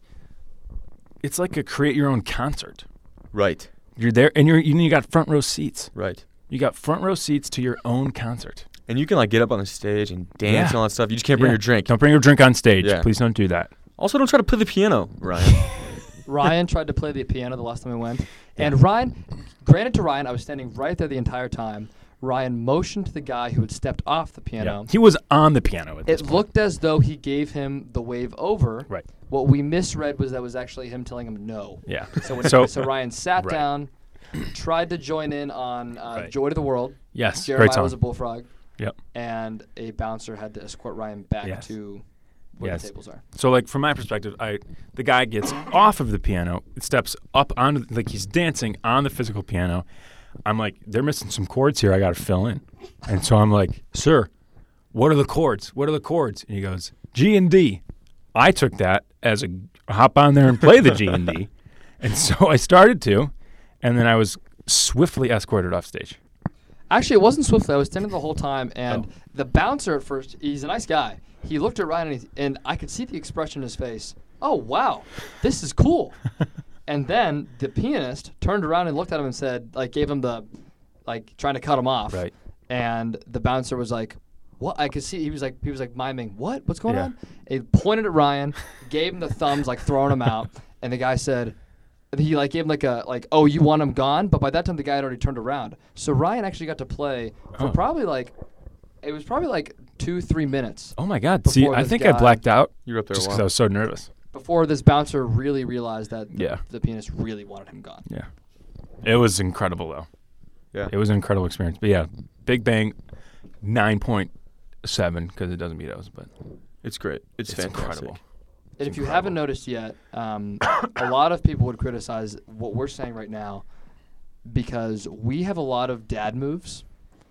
Speaker 1: it's like a create your own concert.
Speaker 3: Right.
Speaker 1: You're there and you're you know you got front row seats.
Speaker 3: Right.
Speaker 1: You got front row seats to your own concert.
Speaker 3: And you can like get up on the stage and dance
Speaker 1: Yeah.
Speaker 3: and all that stuff. You just can't bring
Speaker 1: Yeah.
Speaker 3: your drink.
Speaker 1: Don't bring your drink on stage.
Speaker 3: Yeah.
Speaker 1: Please don't do that.
Speaker 3: Also, don't try to play the piano,
Speaker 1: <laughs>
Speaker 3: Ryan.
Speaker 2: Ryan tried to play the piano the last time we went. And Ryan granted to Ryan, I was standing right there the entire time. Ryan motioned to the guy who had stepped off the piano.
Speaker 1: He was on the piano at this
Speaker 2: It
Speaker 1: point.
Speaker 2: looked as though he gave him the wave over.
Speaker 1: Right.
Speaker 2: What we misread was that was actually him telling him no.
Speaker 1: Yeah.
Speaker 2: So when
Speaker 1: So-
Speaker 2: so Ryan sat
Speaker 1: Right.
Speaker 2: down, tried to join in on uh,
Speaker 1: Right.
Speaker 2: Joy to the World.
Speaker 1: Yes,
Speaker 2: Jeremiah
Speaker 1: great song.
Speaker 2: was a bullfrog.
Speaker 1: Yep.
Speaker 2: And a bouncer had to escort Ryan back
Speaker 1: Yes.
Speaker 2: to where
Speaker 1: Yes.
Speaker 2: the tables are.
Speaker 1: So, like from my perspective, I the guy gets off of the piano, steps up onto like he's dancing on the physical piano. I'm like, they're missing some chords here. I got to fill in, and so I'm like, sir, what are the chords? What are the chords? And he goes, G and D. I took that as a hop on there and play the G and
Speaker 2: <laughs>
Speaker 1: D, and so I started to, and then I was swiftly escorted off stage.
Speaker 2: Actually, it wasn't swiftly. I was standing the whole time, and
Speaker 1: Oh.
Speaker 2: the bouncer at first, he's a nice guy. He looked at Ryan, and, he, and I could see the expression in his face. Oh wow, this
Speaker 1: <laughs>
Speaker 2: is cool. and then the pianist turned around and looked at him and said, like, gave him the, like, trying to cut him off.
Speaker 1: Right.
Speaker 2: And the bouncer was like, "What?" I could see he was like, he was like miming, "What? What's going
Speaker 1: Yeah.
Speaker 2: on?" And he pointed at Ryan, gave him the thumbs, like throwing
Speaker 1: <laughs>
Speaker 2: him out, and the guy said, he like gave him like a like oh you want him gone but by that time the guy had already turned around so ryan actually got to play for
Speaker 1: Oh.
Speaker 2: probably like it was probably like two three minutes
Speaker 1: Oh my God! See,
Speaker 2: Before
Speaker 1: I
Speaker 2: this
Speaker 1: think
Speaker 2: guy-
Speaker 1: I blacked out
Speaker 3: You were up there
Speaker 1: just
Speaker 3: a
Speaker 1: because
Speaker 3: while.
Speaker 1: I was so nervous.
Speaker 2: before this bouncer really realized that the,
Speaker 1: Yeah.
Speaker 2: the pianist really wanted him gone
Speaker 1: Yeah, it was incredible though.
Speaker 3: yeah.
Speaker 1: It was an incredible experience. But yeah, Big Bang, nine point seven because it doesn't beat us, but
Speaker 3: It's great. It's,
Speaker 1: it's,
Speaker 3: fantastic.
Speaker 1: incredible.
Speaker 2: and if you haven't noticed yet um, <coughs> a lot of people would criticize what we're saying right now because we have a lot of dad moves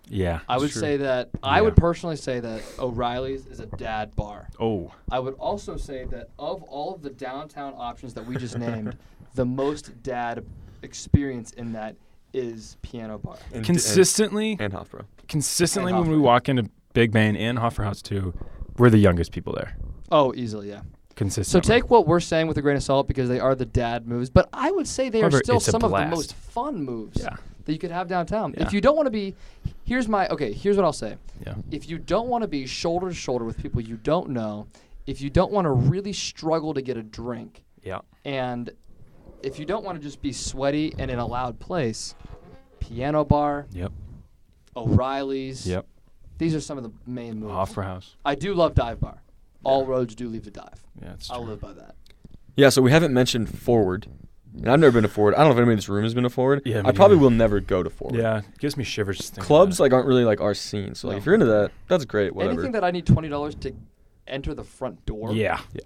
Speaker 1: Yeah.
Speaker 2: i would
Speaker 3: true.
Speaker 2: say that i
Speaker 1: Yeah.
Speaker 2: would personally say that o'reilly's is a dad bar
Speaker 1: oh,
Speaker 2: I would also say that of all of the downtown options that we just named, the most dad experience in that is Piano Bar.
Speaker 3: And-
Speaker 1: consistently,
Speaker 3: And, and Hofbro.
Speaker 1: consistently
Speaker 2: and
Speaker 1: when we
Speaker 2: Hoffer.
Speaker 1: walk into Big Bang and Hofferhaus too, we're the youngest people there.
Speaker 2: Oh, easily, yeah. So
Speaker 1: Consistently.
Speaker 2: take what we're saying with a grain of salt because they are the dad moves, but I would say they
Speaker 1: However,
Speaker 2: are still
Speaker 1: it's a
Speaker 2: some of the
Speaker 1: blast.
Speaker 2: most fun moves
Speaker 1: Yeah.
Speaker 2: that you could have downtown.
Speaker 1: Yeah.
Speaker 2: If you don't want to be, here's my okay. Here's what I'll say.
Speaker 1: Yeah.
Speaker 2: if you don't want to be shoulder to shoulder with people you don't know, if you don't want to really struggle to get a drink,
Speaker 1: Yeah.
Speaker 2: and if you don't want to just be sweaty and in a loud place, Piano Bar,
Speaker 1: Yep.
Speaker 2: O'Reilly's,
Speaker 1: Yep.
Speaker 2: these are some of the main moves.
Speaker 1: Hofferhaus.
Speaker 2: I do love Dive Bar. All roads do lead to dive.
Speaker 1: Yeah, it's
Speaker 2: I'll
Speaker 1: true.
Speaker 2: live by that.
Speaker 3: Yeah, so we haven't mentioned forward. And I've never been to forward. I don't know if anybody in this room has been to forward.
Speaker 1: Yeah, me
Speaker 3: I probably
Speaker 1: neither.
Speaker 3: will never go to forward.
Speaker 1: Yeah, it gives me shivers. just thinking about
Speaker 3: Clubs
Speaker 1: it.
Speaker 3: like aren't really like our scene. So like
Speaker 2: No.
Speaker 3: if you're into that, that's great. Whatever.
Speaker 2: Anything that I need twenty dollars to enter the front door.
Speaker 1: yeah,
Speaker 3: yeah.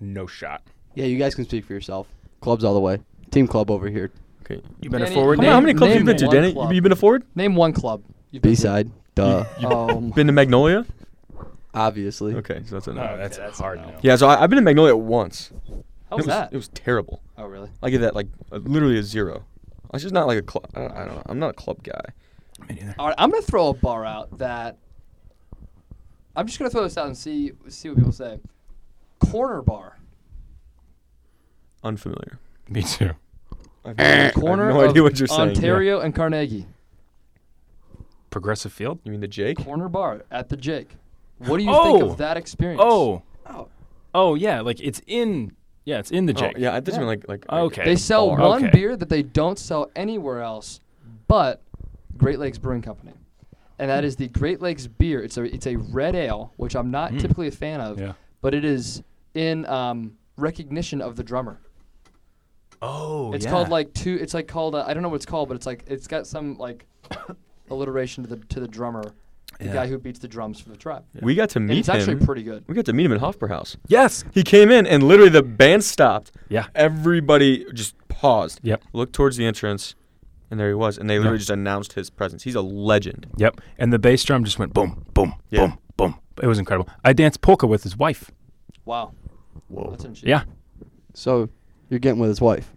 Speaker 1: no shot.
Speaker 4: Yeah, you guys can speak for yourself. Clubs all the way. Team club over here.
Speaker 3: Okay.
Speaker 1: You better
Speaker 2: Danny-
Speaker 1: forward
Speaker 3: How many, how
Speaker 1: name?
Speaker 3: many clubs
Speaker 2: name
Speaker 3: you been to,
Speaker 1: Oh,
Speaker 2: one
Speaker 3: Danny?
Speaker 2: club.
Speaker 3: You, you been to forward?
Speaker 2: Name one club. You've been
Speaker 4: B
Speaker 2: to.
Speaker 4: side. Duh.
Speaker 3: <laughs>
Speaker 2: <laughs> Oh, my-
Speaker 3: Been to Magnolia?
Speaker 4: Obviously.
Speaker 3: Okay, so that's enough.
Speaker 1: Oh, that's,
Speaker 2: that's
Speaker 1: a hard.
Speaker 2: a no.
Speaker 1: No.
Speaker 3: yeah, so I, I've been to Magnolia once.
Speaker 2: how was
Speaker 3: it was
Speaker 2: that?
Speaker 3: It was terrible.
Speaker 2: oh, really?
Speaker 3: I give that like a, literally a zero. It's just not like a club. I don't, I don't know. I'm not a club guy.
Speaker 1: Me neither.
Speaker 2: All right, I'm gonna throw a bar out that I'm just gonna throw this out and see see what people say. Corner bar,
Speaker 3: Unfamiliar.
Speaker 1: Me too.
Speaker 3: I have no, idea- <laughs> I have
Speaker 2: corner
Speaker 3: no
Speaker 2: of
Speaker 3: idea what you're saying.
Speaker 2: Ontario and Carnegie.
Speaker 1: Progressive Field.
Speaker 3: You mean the Jake?
Speaker 2: Corner bar at the Jake. What do you think
Speaker 1: Oh.
Speaker 2: of that experience?
Speaker 1: Oh,
Speaker 4: Oh.
Speaker 1: oh yeah, like it's in. Yeah, it's in the
Speaker 3: Oh,
Speaker 1: Jake.
Speaker 3: yeah, I just
Speaker 2: Yeah.
Speaker 3: mean like like.
Speaker 1: Okay.
Speaker 2: they sell
Speaker 1: bar.
Speaker 2: one
Speaker 1: Okay.
Speaker 2: beer that they don't sell anywhere else, but Great Lakes Brewing Company, and that is the Great Lakes beer. It's a it's a red ale, which I'm not
Speaker 1: Mm.
Speaker 2: typically a fan of,
Speaker 1: Yeah.
Speaker 2: but it is in um, recognition of the drummer.
Speaker 1: Oh,
Speaker 2: It's called like two. It's like called. Uh, I don't know what it's called, but it's like it's got some like <coughs> alliteration to the to the drummer, the
Speaker 1: Yeah.
Speaker 2: guy who beats the drums for the tribe.
Speaker 3: We got to
Speaker 2: And
Speaker 3: meet
Speaker 2: it's
Speaker 3: him.
Speaker 2: actually pretty good.
Speaker 3: We got to meet him at Hofbrauhaus.
Speaker 1: yes.
Speaker 3: He came in and literally the band stopped.
Speaker 1: Yeah.
Speaker 3: Everybody just paused.
Speaker 1: Yep.
Speaker 3: Looked towards the entrance, and there he was. And they literally
Speaker 1: Yeah.
Speaker 3: just announced his presence. He's a legend.
Speaker 1: Yep. And the bass drum just went boom, boom,
Speaker 3: Yeah.
Speaker 1: boom, boom. It was incredible. I danced polka with his wife.
Speaker 2: Wow,
Speaker 3: Whoa.
Speaker 2: that's interesting.
Speaker 1: Yeah.
Speaker 4: So you're getting with his wife.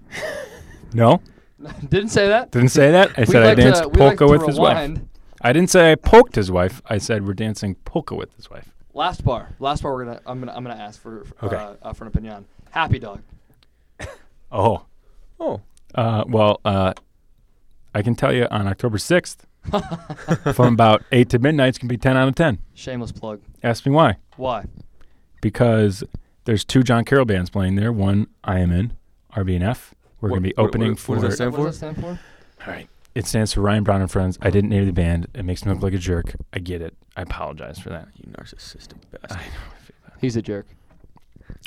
Speaker 1: No,
Speaker 2: <laughs> didn't say that.
Speaker 1: didn't say that. I
Speaker 2: We'd
Speaker 1: said I
Speaker 2: like to-
Speaker 1: danced
Speaker 2: we'd like
Speaker 1: polka
Speaker 2: to
Speaker 1: with his wife.
Speaker 2: rewind.
Speaker 1: I didn't say I poked his wife. I said we're dancing polka with his wife.
Speaker 2: Last bar, last bar. We're gonna. I'm gonna. I'm gonna ask for for,
Speaker 1: Okay.
Speaker 2: uh, uh, for an opinion on Happy Dog.
Speaker 1: Oh.
Speaker 3: Oh.
Speaker 1: Uh, well, uh, I can tell you on October
Speaker 3: <laughs>
Speaker 1: 6th, from about 8 to midnight, it's going to be 10 out of 10.
Speaker 2: Shameless plug.
Speaker 1: Ask me why.
Speaker 2: Why?
Speaker 1: Because there's two John Carroll bands playing there. One I am in, RBNF. We're going
Speaker 3: What-
Speaker 1: to be
Speaker 3: what- what-
Speaker 1: opening
Speaker 3: what
Speaker 1: for
Speaker 3: does that stand
Speaker 2: what
Speaker 3: for?
Speaker 2: does that stand for?
Speaker 1: All right. It stands for Ryan Brown and Friends. I didn't name the band. It makes me look like a jerk. I get it. I apologize for that.
Speaker 3: You narcissistic
Speaker 1: I know.
Speaker 3: bastard.
Speaker 1: I feel bad.
Speaker 4: He's a jerk.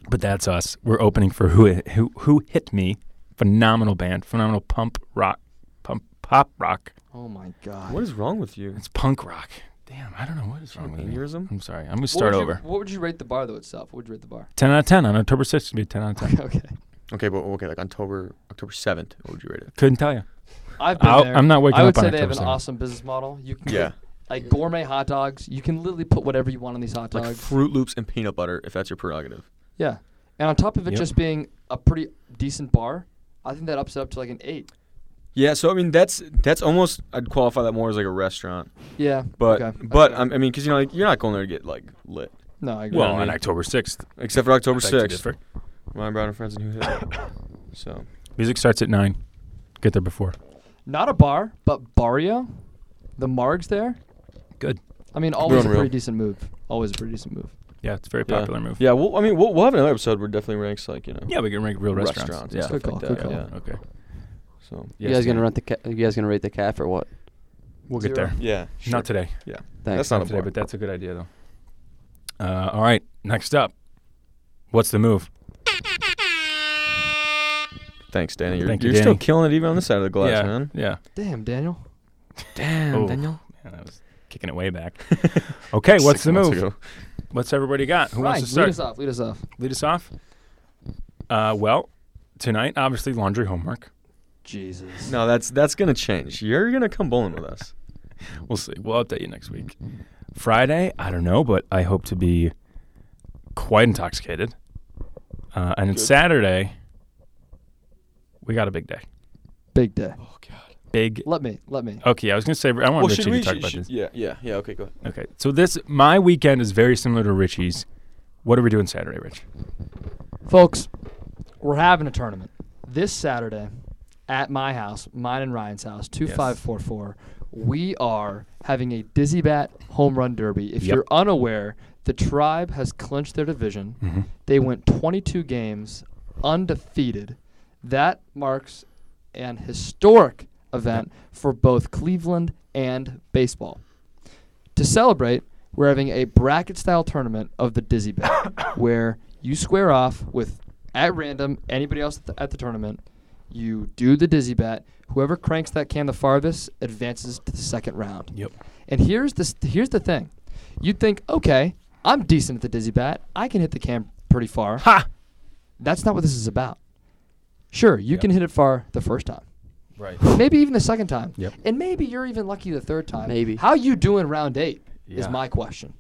Speaker 1: But that's us. We're opening for Who Who Who Hit Me. Phenomenal band. Phenomenal pump rock, pump pop rock.
Speaker 2: Oh my god.
Speaker 3: What is wrong with you?
Speaker 1: It's punk rock. Damn, I don't know what is wrong with me.
Speaker 3: Aneurysm?
Speaker 1: I'm sorry. I'm gonna
Speaker 2: What
Speaker 1: start
Speaker 2: would you-
Speaker 1: over.
Speaker 2: what would you rate the bar though itself? What would you rate the
Speaker 1: <laughs>
Speaker 2: bar?
Speaker 1: Ten out of ten on October sixth should be ten out of
Speaker 2: <laughs>
Speaker 1: ten.
Speaker 2: okay.
Speaker 3: Okay, but okay, like October October seventh. What would you rate it?
Speaker 1: Couldn't tell you.
Speaker 2: I've been
Speaker 1: I'll,
Speaker 2: there.
Speaker 1: I'm not waking
Speaker 2: I would
Speaker 1: up on
Speaker 2: say they have
Speaker 1: October
Speaker 2: an
Speaker 1: 7th.
Speaker 2: awesome business model. You can
Speaker 3: Yeah,
Speaker 2: get, like gourmet hot dogs. You can literally put whatever you want on these hot dogs.
Speaker 3: like Fruit Loops and peanut butter, if that's your prerogative.
Speaker 2: yeah. And on top of it
Speaker 1: Yep.
Speaker 2: just being a pretty decent bar, I think that ups it up to like an 8.
Speaker 3: Yeah, so I mean that's that's almost I'd qualify that more as like a restaurant,
Speaker 2: Yeah.
Speaker 3: but
Speaker 2: okay.
Speaker 3: but
Speaker 2: I-
Speaker 1: um,
Speaker 3: I'm- I mean because you know like, you're not going there to get like lit,
Speaker 2: No, I agree.
Speaker 1: Well,
Speaker 3: Yeah, I
Speaker 1: on
Speaker 3: mean,
Speaker 1: October sixth.
Speaker 3: except for October sixth. Ryan Brown and friends and who hit <coughs> it. So
Speaker 1: Music starts at nine. Get there before.
Speaker 2: Not a bar, but Barrio, the Margs there.
Speaker 1: Good.
Speaker 2: I mean, always a
Speaker 3: unreal.
Speaker 2: pretty decent move. Always a pretty decent move.
Speaker 1: Yeah, it's a very
Speaker 3: yeah.
Speaker 1: popular move.
Speaker 3: Yeah, well I mean we'll, we'll have another episode where it definitely ranks like you know
Speaker 1: Yeah, we can rank real restaurants.
Speaker 3: restaurants
Speaker 1: Yeah.
Speaker 3: and stuff
Speaker 2: Good
Speaker 3: like
Speaker 2: call,
Speaker 3: that.
Speaker 2: good
Speaker 3: Yeah.
Speaker 2: call.
Speaker 1: Okay.
Speaker 3: So
Speaker 4: You
Speaker 1: Yes,
Speaker 4: guys gonna
Speaker 1: Dan.
Speaker 4: rate the ca- you guys gonna rate the calf or what?
Speaker 1: We'll get
Speaker 2: Zero.
Speaker 1: there.
Speaker 3: yeah, sure.
Speaker 1: Not today.
Speaker 3: Yeah,
Speaker 4: Thanks.
Speaker 3: that's not,
Speaker 1: Not
Speaker 3: a
Speaker 1: today,
Speaker 3: bar.
Speaker 1: but that's a good idea though. Uh, all right. Next up, what's the move?
Speaker 3: Thanks, Danny. You're,
Speaker 1: Thank you,
Speaker 3: you're still
Speaker 1: Danny.
Speaker 3: killing it even on this side of the glass,
Speaker 1: yeah.
Speaker 3: man.
Speaker 1: Yeah.
Speaker 2: Damn, Daniel.
Speaker 3: Damn,
Speaker 1: Oh.
Speaker 3: Daniel.
Speaker 1: Man, I was kicking it way back. <laughs>
Speaker 3: <laughs>
Speaker 1: okay, what's
Speaker 3: Six
Speaker 1: the
Speaker 3: months
Speaker 1: move?
Speaker 3: ago.
Speaker 1: What's everybody got? Who
Speaker 2: Ryan,
Speaker 1: wants to start?
Speaker 2: lead us off. Lead us off.
Speaker 1: Lead us off. Uh, well, tonight obviously laundry homework.
Speaker 2: Jesus.
Speaker 3: No, that's that's gonna change. You're gonna come bowling with us.
Speaker 1: We'll see. We'll update you next week. Friday, I don't know, but I hope to be quite intoxicated. Uh, and it's
Speaker 3: Good.
Speaker 1: Saturday. We got a big day.
Speaker 2: Big day.
Speaker 3: Oh God.
Speaker 1: Big.
Speaker 2: Let me. Let me.
Speaker 1: Okay, I was gonna say. I want
Speaker 3: Well,
Speaker 1: Richie
Speaker 3: should we?
Speaker 1: to talk
Speaker 3: should-
Speaker 1: about
Speaker 3: should-
Speaker 1: this.
Speaker 3: yeah, yeah, yeah. Okay, go ahead.
Speaker 1: Okay, so this my weekend is very similar to Richie's. What are we doing Saturday, Rich?
Speaker 2: Folks, we're having a tournament this Saturday at my house, mine and Ryan's house, 2544. We are having a Dizzy Bat home run derby. If
Speaker 1: Yep.
Speaker 2: you're unaware, the tribe has clinched their division.
Speaker 1: Mhm.
Speaker 2: They went 22 games undefeated. That marks an historic event for both Cleveland and baseball. To celebrate, we're having a bracket style tournament of the
Speaker 1: <coughs>
Speaker 2: Dizzy Bet, where you square off with at random anybody else at the, at the tournament. You do the Dizzy Bet. Whoever cranks that can the farthest advances to the second round.
Speaker 1: Yep.
Speaker 2: And here's this. Here's the thing. You'd think, okay, I'm decent at the Dizzy Bat. I can hit the can pretty far.
Speaker 1: Ha!
Speaker 2: That's not what this is about. Sure, you
Speaker 1: Yep.
Speaker 2: can hit it far the first time.
Speaker 1: Right.
Speaker 2: Maybe even the second time.
Speaker 1: Yep.
Speaker 2: And maybe you're even lucky the third time.
Speaker 4: Maybe.
Speaker 2: How you doing round eight is
Speaker 1: Yeah.
Speaker 2: my question.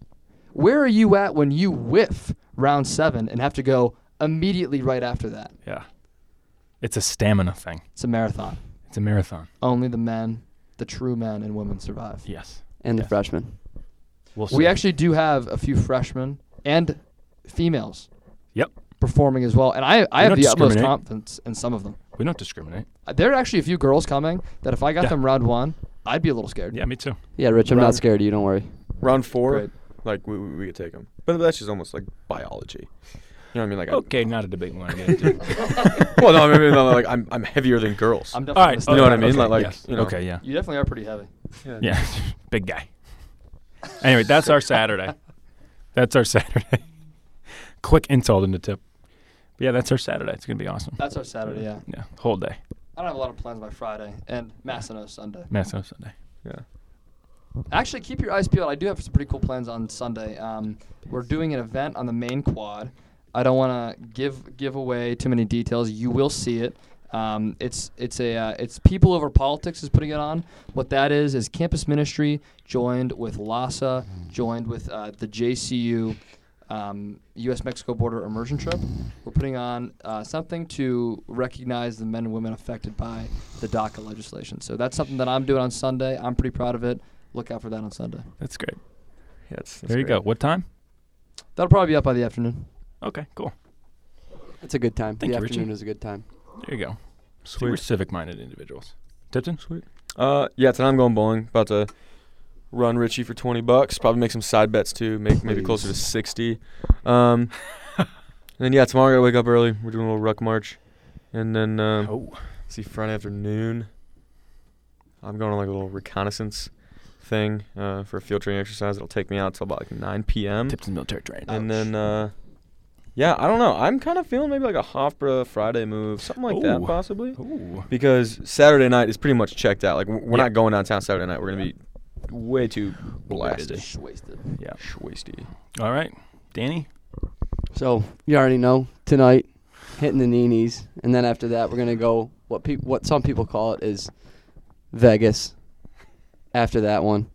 Speaker 2: Where are you at when you whiff round seven and have to go immediately right after that?
Speaker 1: Yeah. It's a stamina thing.
Speaker 2: It's a marathon.
Speaker 1: It's a marathon.
Speaker 2: Only the men, the true men and women survive.
Speaker 1: Yes.
Speaker 4: And the
Speaker 1: Yes.
Speaker 4: freshman.
Speaker 1: We'll
Speaker 2: We actually do have a few freshmen and females
Speaker 1: Yep.
Speaker 2: performing as well, and I, I
Speaker 1: We
Speaker 2: have
Speaker 1: don't
Speaker 2: the utmost
Speaker 1: discriminate.
Speaker 2: confidence in some of them.
Speaker 1: We don't discriminate.
Speaker 2: Uh, There are actually a few girls coming that if I got
Speaker 1: Yeah.
Speaker 2: them round one, I'd be a little scared.
Speaker 1: Yeah, me too.
Speaker 4: Yeah, Rich, I'm
Speaker 3: Run.
Speaker 4: not scared of you. Don't worry.
Speaker 3: Round four,
Speaker 2: Great.
Speaker 3: like we, we we could take them, but that's just almost like biology. You know what I mean? Like, I- <laughs>
Speaker 1: Okay, not a debate one. again,
Speaker 2: <laughs>
Speaker 1: dude.
Speaker 3: well, no, I mean, no, like I'm I'm heavier than girls.
Speaker 2: I'm definitely.
Speaker 1: All right.
Speaker 2: gonna
Speaker 3: You know
Speaker 2: step
Speaker 3: what I
Speaker 2: up.
Speaker 3: mean?
Speaker 1: okay,
Speaker 3: Like- like,
Speaker 1: yes.
Speaker 3: you know.
Speaker 1: Okay, yeah.
Speaker 2: You definitely are pretty heavy.
Speaker 1: Yeah. <laughs> Big guy. Anyway, that's our Saturday. That's our Saturday. <laughs> Quick insult in the tip. But yeah, that's our Saturday. It's going to be awesome.
Speaker 2: That's our Saturday. Yeah,
Speaker 1: Yeah, whole day.
Speaker 2: I don't have a lot of plans by Friday and Massino Sunday.
Speaker 1: Mass on Sunday.
Speaker 3: Yeah.
Speaker 2: Actually, keep your eyes peeled. I do have some pretty cool plans on Sunday. Um, we're doing an event on the main quad. I don't want to give give away too many details. You will see it. Um, it's it's a uh, it's people over politics is putting it on. What that is is campus ministry joined with LASA, joined with uh, the JCU, um, U.S. Mexico border immersion trip. We're putting on uh, something to recognize the men and women affected by the DACA legislation. So that's something that I'm doing on Sunday. I'm pretty proud of it. Look out for that on Sunday.
Speaker 1: That's great.
Speaker 3: Yeah, it's,
Speaker 1: there you go. What time?
Speaker 2: That'll probably be up by the afternoon.
Speaker 1: Okay, cool.
Speaker 4: It's a good time.
Speaker 1: Thank
Speaker 4: the
Speaker 1: you, Richie.
Speaker 4: afternoon is a good time.
Speaker 1: There you go. See, we're
Speaker 3: Sweet.
Speaker 1: civic minded individuals. Tipton? Sweet.
Speaker 3: Uh, yeah, tonight I'm going bowling. About to run Richie for 20 bucks. Probably make some side bets too. Make maybe closer to
Speaker 4: Please.
Speaker 3: 60. Um, and then yeah, tomorrow I gotta wake up early. We're doing a little ruck march, and then um,
Speaker 1: Oh.
Speaker 3: see Friday afternoon. I'm going on like a little reconnaissance thing uh,
Speaker 2: Hmm.
Speaker 3: for a field training exercise. It'll take me out till about like 9 p.m.
Speaker 1: Tipton military train.
Speaker 3: And then, uh, Yeah, I don't know. I'm kind of feeling maybe like a Hofbra Friday move, something like that
Speaker 1: Ooh.
Speaker 2: Um,
Speaker 3: possibly.
Speaker 1: Ooh.
Speaker 3: Because Saturday night is pretty much checked out. Like w- we're
Speaker 1: Yeah.
Speaker 3: not going downtown Saturday night. We're gonna be way too blasted.
Speaker 2: Just wasted.
Speaker 1: Yeah.
Speaker 3: Schwasty.
Speaker 1: All right, Danny.
Speaker 4: So you already know tonight, hitting the ninis, and then after that we're gonna go what peop what some people call it is Vegas. After that one,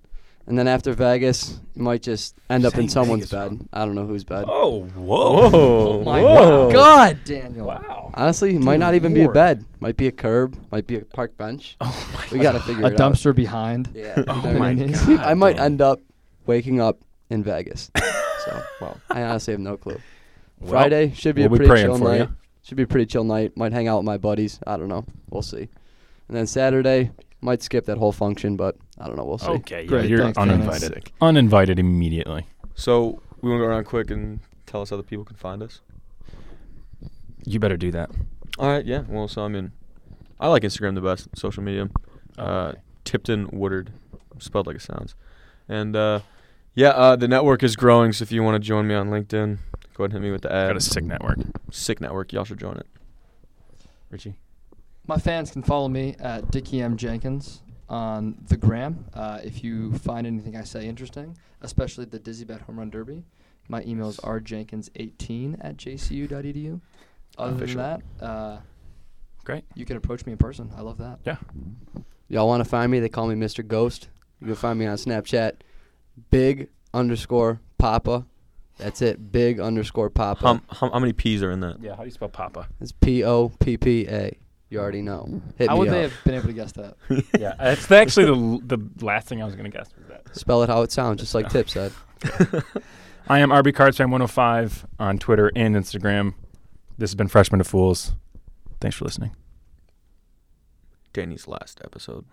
Speaker 4: and then after Vegas, you might just end up in
Speaker 1: Saying
Speaker 4: someone's
Speaker 1: Vegas,
Speaker 4: bed. I don't know whose bed.
Speaker 1: Oh, whoa. Oh. Whoa.
Speaker 4: my
Speaker 3: Whoa.
Speaker 4: God, Daniel!
Speaker 1: Wow.
Speaker 4: Honestly, it might not even be a
Speaker 1: Lord.
Speaker 4: bed. Might be a curb. Might be a park bench.
Speaker 1: Oh my
Speaker 4: We gotta figure
Speaker 2: A
Speaker 4: it out.
Speaker 2: dumpster behind.
Speaker 4: Yeah.
Speaker 1: <laughs> Oh
Speaker 4: I
Speaker 1: my
Speaker 4: mean,
Speaker 1: God,
Speaker 4: I might
Speaker 1: Dan.
Speaker 4: end up waking up in
Speaker 1: <laughs>
Speaker 4: Vegas. so
Speaker 3: Wow.
Speaker 4: I honestly have no clue.
Speaker 1: Well,
Speaker 4: Friday should be
Speaker 1: we'll
Speaker 4: a
Speaker 1: be
Speaker 4: pretty
Speaker 1: praying
Speaker 4: chill
Speaker 1: for
Speaker 4: night.
Speaker 1: ya.
Speaker 4: Should be a pretty chill night. Might hang out with my buddies. I don't know. We'll see. And then Saturday might skip that whole function, but I don't know. We'll see.
Speaker 1: Okay, yeah,
Speaker 2: Great,
Speaker 1: you're
Speaker 2: thanks, Dan.
Speaker 1: uninvited. Uninvited immediately.
Speaker 3: So we wanna go around quick and tell us how the people can find us.
Speaker 1: You better do that.
Speaker 3: All right, yeah. Well, so I mean, I like Instagram the best social media. Uh,
Speaker 1: Okay.
Speaker 3: Tipton Woodard, spelled like it sounds. And uh, yeah, uh, the network is growing. So if you want to join me on LinkedIn, go ahead and hit me with the
Speaker 1: Got a
Speaker 3: ad.
Speaker 1: sick network.
Speaker 3: Sick network, y'all should join it.
Speaker 1: Richie.
Speaker 2: My fans can follow me at Dickie M Jenkins on the gram. Uh, if you find anything I say interesting, especially the Dizzy Bet Home Run Derby, my email is rjenkins18 at jcu.edu. E Other
Speaker 3: Official.
Speaker 2: than that, uh,
Speaker 1: Great.
Speaker 2: you can approach me in person. I love that.
Speaker 1: Yeah.
Speaker 4: Y'all want to find me? They call me Mr. Ghost. You can find me on Snapchat, big underscore Papa. That's it. Big underscore Papa.
Speaker 3: How, how, how many P's are
Speaker 1: <laughs>
Speaker 3: in that?
Speaker 1: Yeah, how do you spell Papa?
Speaker 4: It's P O P P A. You already know. Hit
Speaker 2: How
Speaker 4: me
Speaker 2: would
Speaker 4: up.
Speaker 2: they have been able to guess that?
Speaker 1: yeah, that's actually the the last thing I was going to guess was that.
Speaker 4: Spell it how it sounds, just like Tip said.
Speaker 1: I am RB Cardsfan 105 on Twitter and Instagram. This has been Freshman to Fools. Thanks for listening.
Speaker 3: Danny's last episode.